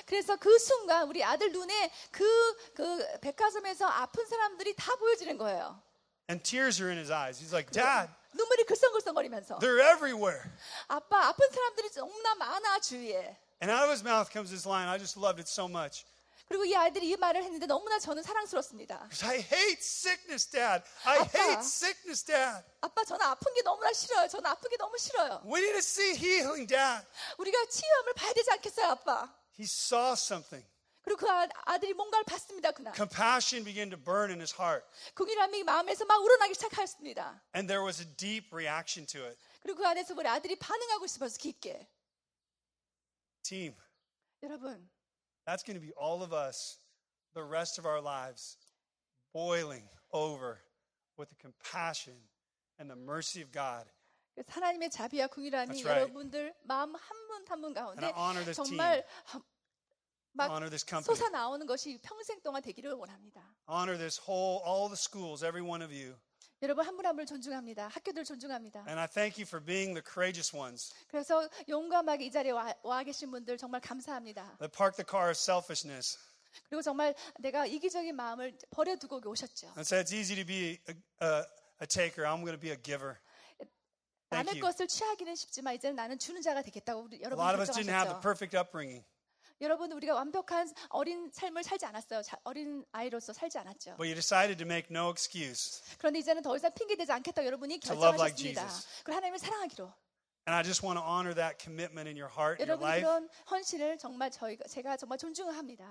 S2: 그래서 그 순간 우리 아들 눈에 그 그 백화점에서 아픈 사람들이 다 보여지는 거예요.
S1: And tears are in his eyes. He's like, Dad,
S2: 눈물이 글썽글썽거리면서
S1: they're everywhere.
S2: 아빠 아픈 사람들이 너무나 많아 주위에.
S1: And out of his mouth comes this line. I just loved it so much.
S2: 그리고 이 아이들이 이 말을 했는데 너무나 저는 사랑스럽습니다.
S1: I hate sickness, Dad. I hate sickness, Dad.
S2: 아빠 저는 아픈 게 너무나 싫어요. 저는 아픈 게 너무 싫어요.
S1: We need to see healing, Dad.
S2: 우리가 치유함을 봐야 되지 않겠어요, 아빠?
S1: He saw something.
S2: 그리고 그 아- 아들이 뭔가를 봤습니다 그날.
S1: Compassion began to burn in his heart.
S2: 궁일함이 마음에서 막 우러나기 시작하였습니다.
S1: And there was a deep reaction to it.
S2: 그리고 그 안에서 우리 아들이 반응하고 싶어서 깊게.
S1: Team,
S2: 여러분,
S1: That's going to be all of us the rest of our lives boiling over with the compassion and the mercy of God.
S2: 그래서 하나님의 자비와
S1: That's
S2: 궁일함이
S1: right.
S2: 여러분들 마음 한 분 한 분
S1: And I
S2: 가운데
S1: honor this
S2: 정말 막
S1: honor this company.
S2: 솟아 나오는 것이 평생 동안 되기를 원합니다.
S1: Honor this whole, all the schools, every one of you.
S2: 여러분 한 분 한 분을 존중합니다. 학교들 존중합니다.
S1: And I thank you for being the courageous ones
S2: 그래서 용감하게 이 자리에 와, 와 계신 분들 정말 감사합니다.
S1: that park the car of selfishness
S2: 그리고 정말 내가 이기적인 마음을 버려두고 오셨죠.
S1: and say it's easy to be a, a, a taker. I'm going to be a giver. Thank you.
S2: 남의 것을 취하기는 쉽지만 이제는 나는 주는 자가 되겠다고 우리,
S1: A
S2: 여러분
S1: lot of us didn't have the
S2: 결정하셨죠.
S1: perfect upbringing,
S2: 여러분 우리가 완벽한 어린 삶을 살지 않았어요. 자- 어린 아이로서 살지 않았죠.
S1: but you decided to make no excuse.
S2: 그런데 이제는 더 이상 핑계 대지 않겠다 여러분이
S1: To love like
S2: 결정하셨습니다.
S1: Jesus.
S2: 그리고 하나님을 사랑하기로
S1: And I just want to honor that commitment in your heart, in your
S2: 여러분
S1: life.
S2: 그런 헌신을 정말 저희가 제가 정말 존중합니다.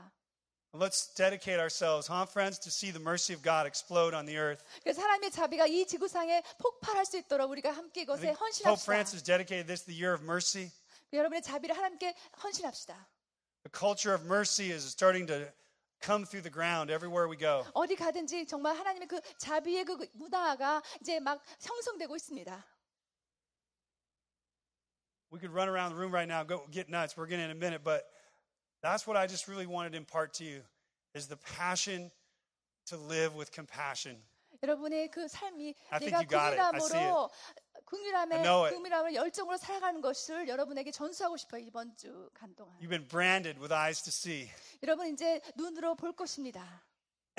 S1: Let's dedicate ourselves, huh, friends, to see the mercy of God explode on the earth.
S2: 그래서 하나님의 자비가 이 지구상에 폭발할 수 있도록 우리가 함께
S1: I
S2: 이것에
S1: think Pope
S2: 헌신합시다.
S1: Francis dedicated this the year of mercy.
S2: 여러분의 자비를 하나님께 헌신합시다.
S1: The culture of mercy is starting to come through the ground everywhere we go.
S2: 어디 가든지 정말 하나님의 그 자비의 그 문화가 이제 막 형성되고 있습니다.
S1: we could run around the room right now and go get nuts. We're getting in a minute, but that's what I just really wanted to impart to you is the passion to live with compassion.
S2: 여러분의 그 삶이
S1: I think you
S2: 내가
S1: got it. I see
S2: 국민함으로
S1: I know
S2: 국민함에
S1: it.
S2: 국민함을 열정으로 살아가는 것을 여러분에게 전수하고 싶어요 이번 주 간 동안.
S1: You've been branded with eyes to see.
S2: 여러분 이제 눈으로 볼 것입니다.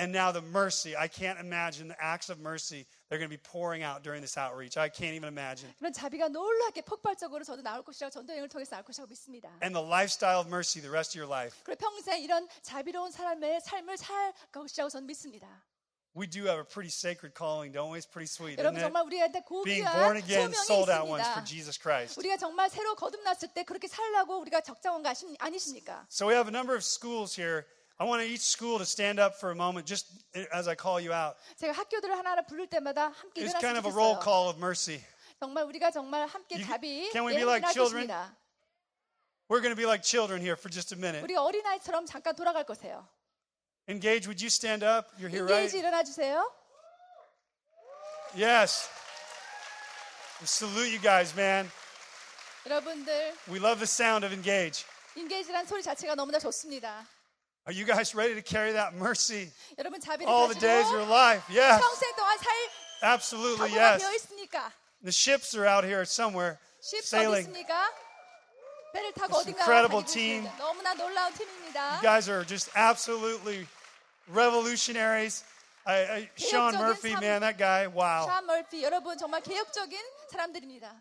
S1: And now the mercy. I can't imagine the acts of mercy they're going to be pouring out during this outreach. I can't even imagine.
S2: 그런 자비가 놀랍게 폭발적으로 저도 나올 것이라고 전도여행을 통해서 나올 것이라고 믿습니다.
S1: And the lifestyle of mercy the rest of your life.
S2: 그리고 평생 이런 자비로운 사람의 삶을 살 것이라고 저는 믿습니다.
S1: We do have a pretty sacred calling, don't we? It's pretty sweet, isn't
S2: 여러분
S1: it?
S2: 정말 우리한테
S1: Being
S2: 고귀한
S1: born
S2: 소명이
S1: again, sold out ones for
S2: 있습니다.
S1: Jesus Christ.
S2: 우리가 정말 새로 거듭났을 때 그렇게 살라고 우리가 적당한 거 아십- 아니십니까?
S1: So we have a number of schools here. I want each school to stand up for a moment, just as I call you out.
S2: 제가 학교들을 하나하나 부를 때마다 함께
S1: It's
S2: 일어났으면
S1: kind of a roll
S2: 좋겠어요.
S1: call of mercy.
S2: 정말 우리가 정말 함께
S1: You-
S2: 자비
S1: can we be
S2: 예를
S1: like
S2: 일할
S1: children?
S2: 것입니다.
S1: We're going to be like children here for just a minute.
S2: 우리가 어린아이처럼 잠깐 돌아갈 거세요.
S1: Engage, would you stand up? You're here, right?
S2: 인게이지 일어나 주세요.
S1: Yes. We salute you guys, man.
S2: 여러분들
S1: We love the sound of engage.
S2: 인게이지란 소리 자체가 너무나 좋습니다.
S1: Are you guys ready to carry that mercy
S2: 여러분 자비를
S1: all the days of your
S2: 가지고
S1: life? Yes.
S2: 평생 동안 살
S1: Absolutely,
S2: 각오가
S1: yes.
S2: 되어 있습니까?
S1: The ships are out here somewhere
S2: 쉽지 어디
S1: sailing. You
S2: 있습니까? 배를 타고
S1: This
S2: 어딘가
S1: incredible
S2: 가고
S1: team.
S2: 있습니다. 너무나 놀라운 팀입니다.
S1: guys are just absolutely revolutionaries. I, I, Sean
S2: 개혁적인
S1: Murphy,
S2: 삶-
S1: man, that guy, wow.
S2: 샴 멀피 여러분 정말 개혁적인 사람들입니다.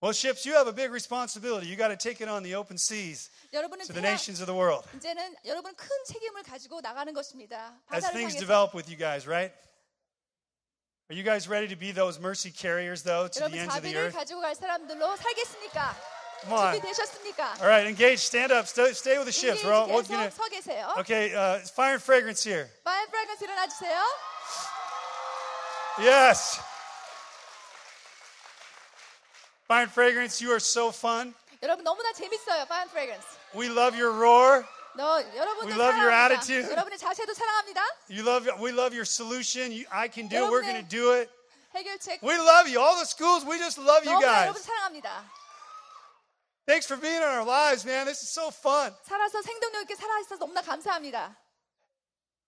S1: Well, ships, you have a big responsibility. You got to take it on the open seas
S2: 여러분은
S1: to the
S2: 태양-
S1: nations of the world
S2: 이제는 여러분 큰 책임을 가지고 나가는 것입니다.
S1: as
S2: 바다를
S1: things
S2: 향해서.
S1: develop with you guys, right? Are you guys ready to be those mercy carriers, though, to the
S2: 여러분
S1: ends of the
S2: 자비를
S1: earth?
S2: 가지고 갈 사람들로 살겠습니까?
S1: Come on.
S2: 준비되셨습니까?
S1: All right, engage, stand up, stay, stay with the ships. We're all, we're
S2: 계속
S1: gonna,
S2: 서 계세요.
S1: okay, uh, fire and fragrance here.
S2: 파이브 프라이건스 일어나 주세요.
S1: Yes. Fire and fragrance, you are so fun.
S2: 여러분 너무나 재밌어요. 파이브 프라이건스.
S1: We love your roar.
S2: 너
S1: We
S2: 여러분들
S1: love your
S2: 사랑합니다.
S1: attitude.
S2: 여러분의 자세도 사랑합니다.
S1: You love, we love your solution. You, I can do it. We're going to
S2: 여러분의-
S1: do it.
S2: 해결책
S1: We love you. All the schools, we just love you
S2: 너무나 여러분
S1: guys.
S2: 사랑합니다.
S1: Thanks for being in our lives, man. This is so fun.
S2: 살아서 생동력 있게 살아 있어서 너무나 감사합니다.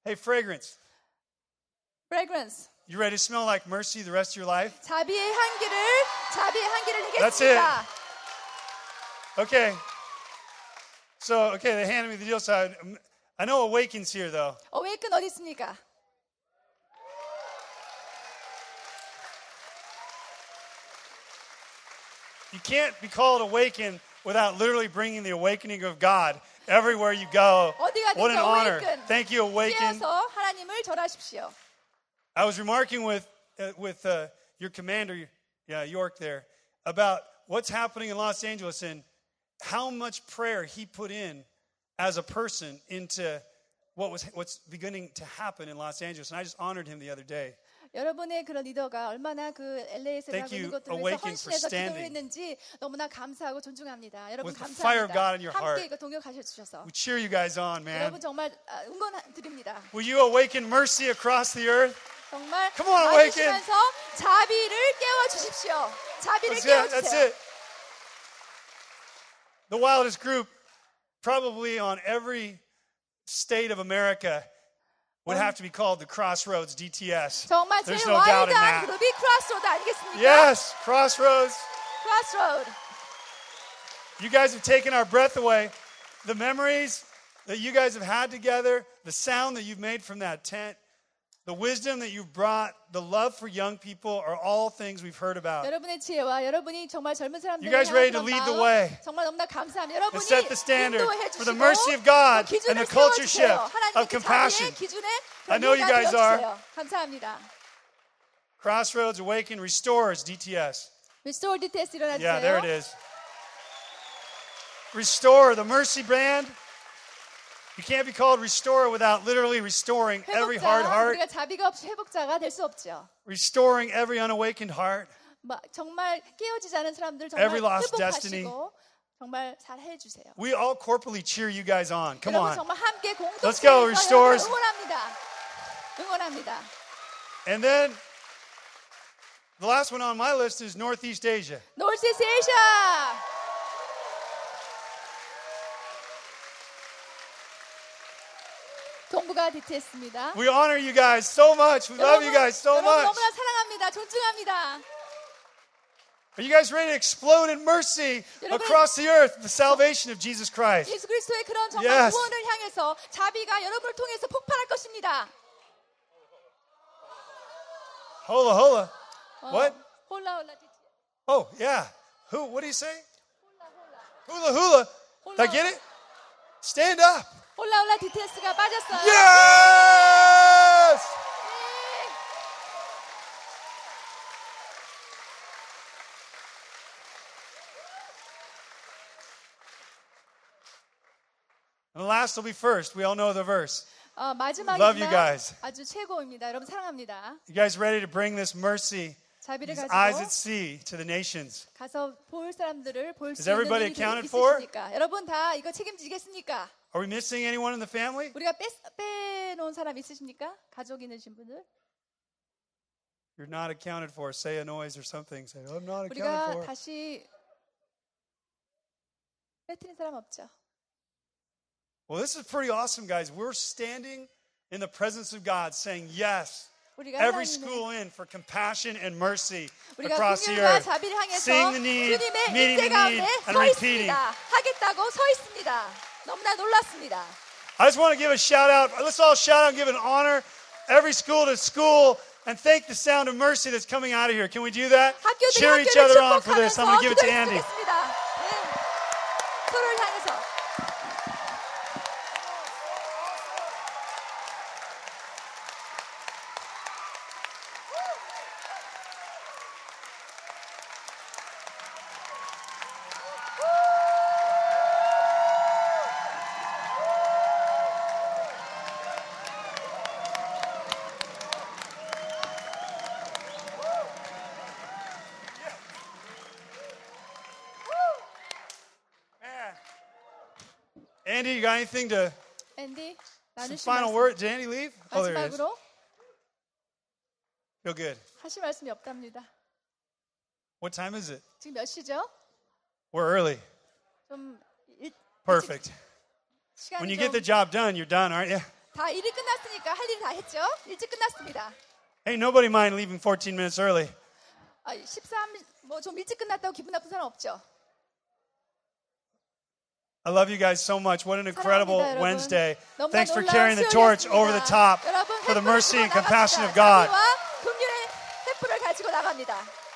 S1: Hey, fragrance.
S2: Fragrance.
S1: You ready to smell like mercy the rest of your life?
S2: 자비의 향기를 자비의 향기를
S1: That's
S2: 내겠습니다.
S1: Okay. So, okay, they handed me the deal. So I, I know Awaken's here, though.
S2: 어웨이크는 어디 있습니까?
S1: You can't be called Awaken without literally bringing the awakening of God everywhere you go.
S2: 어디 가든지
S1: What an honor.
S2: Awaken.
S1: Thank you, Awaken.
S2: 깨어서 하나님을 절하십시오.
S1: I was remarking with uh, with uh, your commander, yeah, York, there about what's happening in Los Angeles and how much prayer he put in as a person into what was what's beginning to happen in Los Angeles. And I just honored him the other day.
S2: 여러분의 그런 리더가 얼마나 그 LA에서
S1: Thank
S2: 하고
S1: you,
S2: 있는 것들을 위해서
S1: Awaken, for
S2: 헌신해서
S1: standing.
S2: 기도했는지 너무나 감사하고 존중합니다. 여러분
S1: With the fire of God in your
S2: 감사합니다. 함께
S1: heart.
S2: 이거 동역하셔 주셔서
S1: We cheer you guys on, man.
S2: 여러분 정말 아, 응원드립니다.
S1: Will you awaken mercy across the earth?
S2: 정말
S1: Come on, Awaken.
S2: 와주시면서 자비를 깨워 주십시오. 자비를
S1: That's
S2: 깨워
S1: it. That's
S2: 주세요.
S1: it. The wildest group, probably on every state of America, would have to be called the Crossroads DTS.
S2: 정말 제일
S1: There's no doubt in
S2: 와일드한
S1: that.
S2: 그룹이 크라스로드 아니겠습니까?
S1: Yes, Crossroads.
S2: 크라스로드.
S1: You guys have taken our breath away. The memories that you guys have had together, the sound that you've made from that tent, the wisdom that you've brought, the love for young people are all things we've heard about.
S2: 여러분의 지혜와 여러분이 정말 젊은
S1: You
S2: 사람들을
S1: guys
S2: 향한
S1: ready to
S2: 그런
S1: lead the
S2: 마음,
S1: way.
S2: 정말 너무나 감사합니다. 여러분이
S1: set the standard
S2: 인도해
S1: for the
S2: 주시고
S1: mercy of God
S2: 그 기준을
S1: and the culture
S2: 세워주세요.
S1: shift
S2: 하나님의
S1: of
S2: 그
S1: compassion.
S2: 자비의 기준에
S1: I know you guys are.
S2: 되어주세요. 감사합니다.
S1: Crossroads Awaken Restores DTS.
S2: Restore DTS 일어나주세요.
S1: Yeah, there it is. Restore the mercy brand. You can't be called restore without literally restoring every hard
S2: 회복자,
S1: heart,
S2: 우리가 자비가 없이 회복자가 될 수 없죠.
S1: restoring every unawakened heart.
S2: 막 정말 깨어지지 않은 사람들 정말
S1: Every lost
S2: 회복하시고
S1: destiny.
S2: 정말 잘 해주세요.
S1: We all corporately cheer you guys on. Come
S2: 여러분
S1: on.
S2: 정말 함께
S1: Let's go,
S2: 공동체에서
S1: Restores.
S2: 응원합니다. 응원합니다.
S1: And then the last one on my list is Northeast Asia.
S2: 노스이스 에시아 동부가 대체했습니다.
S1: We honor you guys so much. We love you guys so
S2: 여러분
S1: much.
S2: 너무나 사랑합니다. 존중합니다.
S1: Are you guys ready to explode in mercy
S2: 여러분-
S1: across the earth, the salvation of Jesus Christ?
S2: 예수 그리스도의 그런 정말
S1: Yes.
S2: 구원을 향해서 자비가 여러분을 통해서 폭발할 것입니다.
S1: Hola, hola.
S2: 어,
S1: What?
S2: 홀라 홀라
S1: Oh, yeah. Who? What do you say? Hula, hula. Did I
S2: Hula.
S1: get it? Stand up.
S2: 홀라 홀라 DTS가 빠졌어요.
S1: Yes!
S2: 네.
S1: And last will be first. We all know the verse.
S2: 어, 마지막이지만
S1: Love you guys.
S2: 아주 최고입니다. 여러분 사랑합니다.
S1: You guys ready to bring this mercy,
S2: 자비를
S1: these eyes
S2: 가지고
S1: at sea, to the nations?
S2: 가서 볼 사람들을 볼 수
S1: Is
S2: 있는
S1: everybody
S2: 일이
S1: accounted for?
S2: 있으십니까? 여러분 다 이거 책임지겠습니까?
S1: Are we missing anyone in the family?
S2: 우리가 뺏, 빼놓은 사람 있으십니까? 가족 있으신 분들?
S1: You're not accounted for. Say a noise or something. Say, I'm not accounted
S2: 우리가
S1: for.
S2: 다시 뺏트린 사람 없죠?
S1: Well, this is pretty awesome, guys. We're standing in the presence of God saying yes.
S2: 우리가
S1: Every
S2: 하나님의-
S1: school in for compassion and mercy
S2: 우리가
S1: across the
S2: 국률과
S1: earth.
S2: 자비를
S1: Seeing the
S2: 향해서
S1: need,
S2: 주님의
S1: meeting
S2: 인재
S1: the need,
S2: 가운데
S1: and
S2: 서
S1: repeating.
S2: 있습니다. 하겠다고 서 있습니다. 너무나 놀랐습니다.
S1: I just want to give a shout out. Let's all shout out and give an honor every school to school and thank the sound of mercy that's coming out of here. Can we do that?
S2: 학교들이
S1: Cheer
S2: 학교를
S1: each other on for this.
S2: 축복하면서
S1: I'm going to give it to
S2: 기도를
S1: Andy.
S2: 드리겠습니다. 네. 서로를 향해서
S1: Andy, you got anything to
S2: 앤디
S1: some
S2: 나누신
S1: final
S2: 말씀
S1: word? Did Andy leave? Oh, there he is.
S2: 마지막으로
S1: Feel good.
S2: 하실 말씀이 없답니다.
S1: What time is it?
S2: 지금 몇 시죠?
S1: We're early.
S2: 좀 일,
S1: Perfect. When you
S2: 시간이
S1: get the
S2: 좀
S1: job done, you're done, aren't you?
S2: 다 일이 끝났으니까 할 일이 다 했죠? 일찍 끝났습니다.
S1: Hey, nobody mind leaving 14 minutes early.
S2: 아, 13, 뭐 좀 일찍 끝났다고 기분 나쁜 사람 없죠?
S1: I love you guys so much. What an incredible
S2: 사랑합니다, 여러분.
S1: Wednesday.
S2: 너무나
S1: Thanks for
S2: 놀라운
S1: carrying the torch
S2: 수요일이었습니다.
S1: over the top
S2: 여러분,
S1: for the
S2: 횃불을
S1: mercy and
S2: 들고
S1: compassion of God.
S2: 나갑니다. 자비와 긍휼의 횃불을 가지고 나갑니다.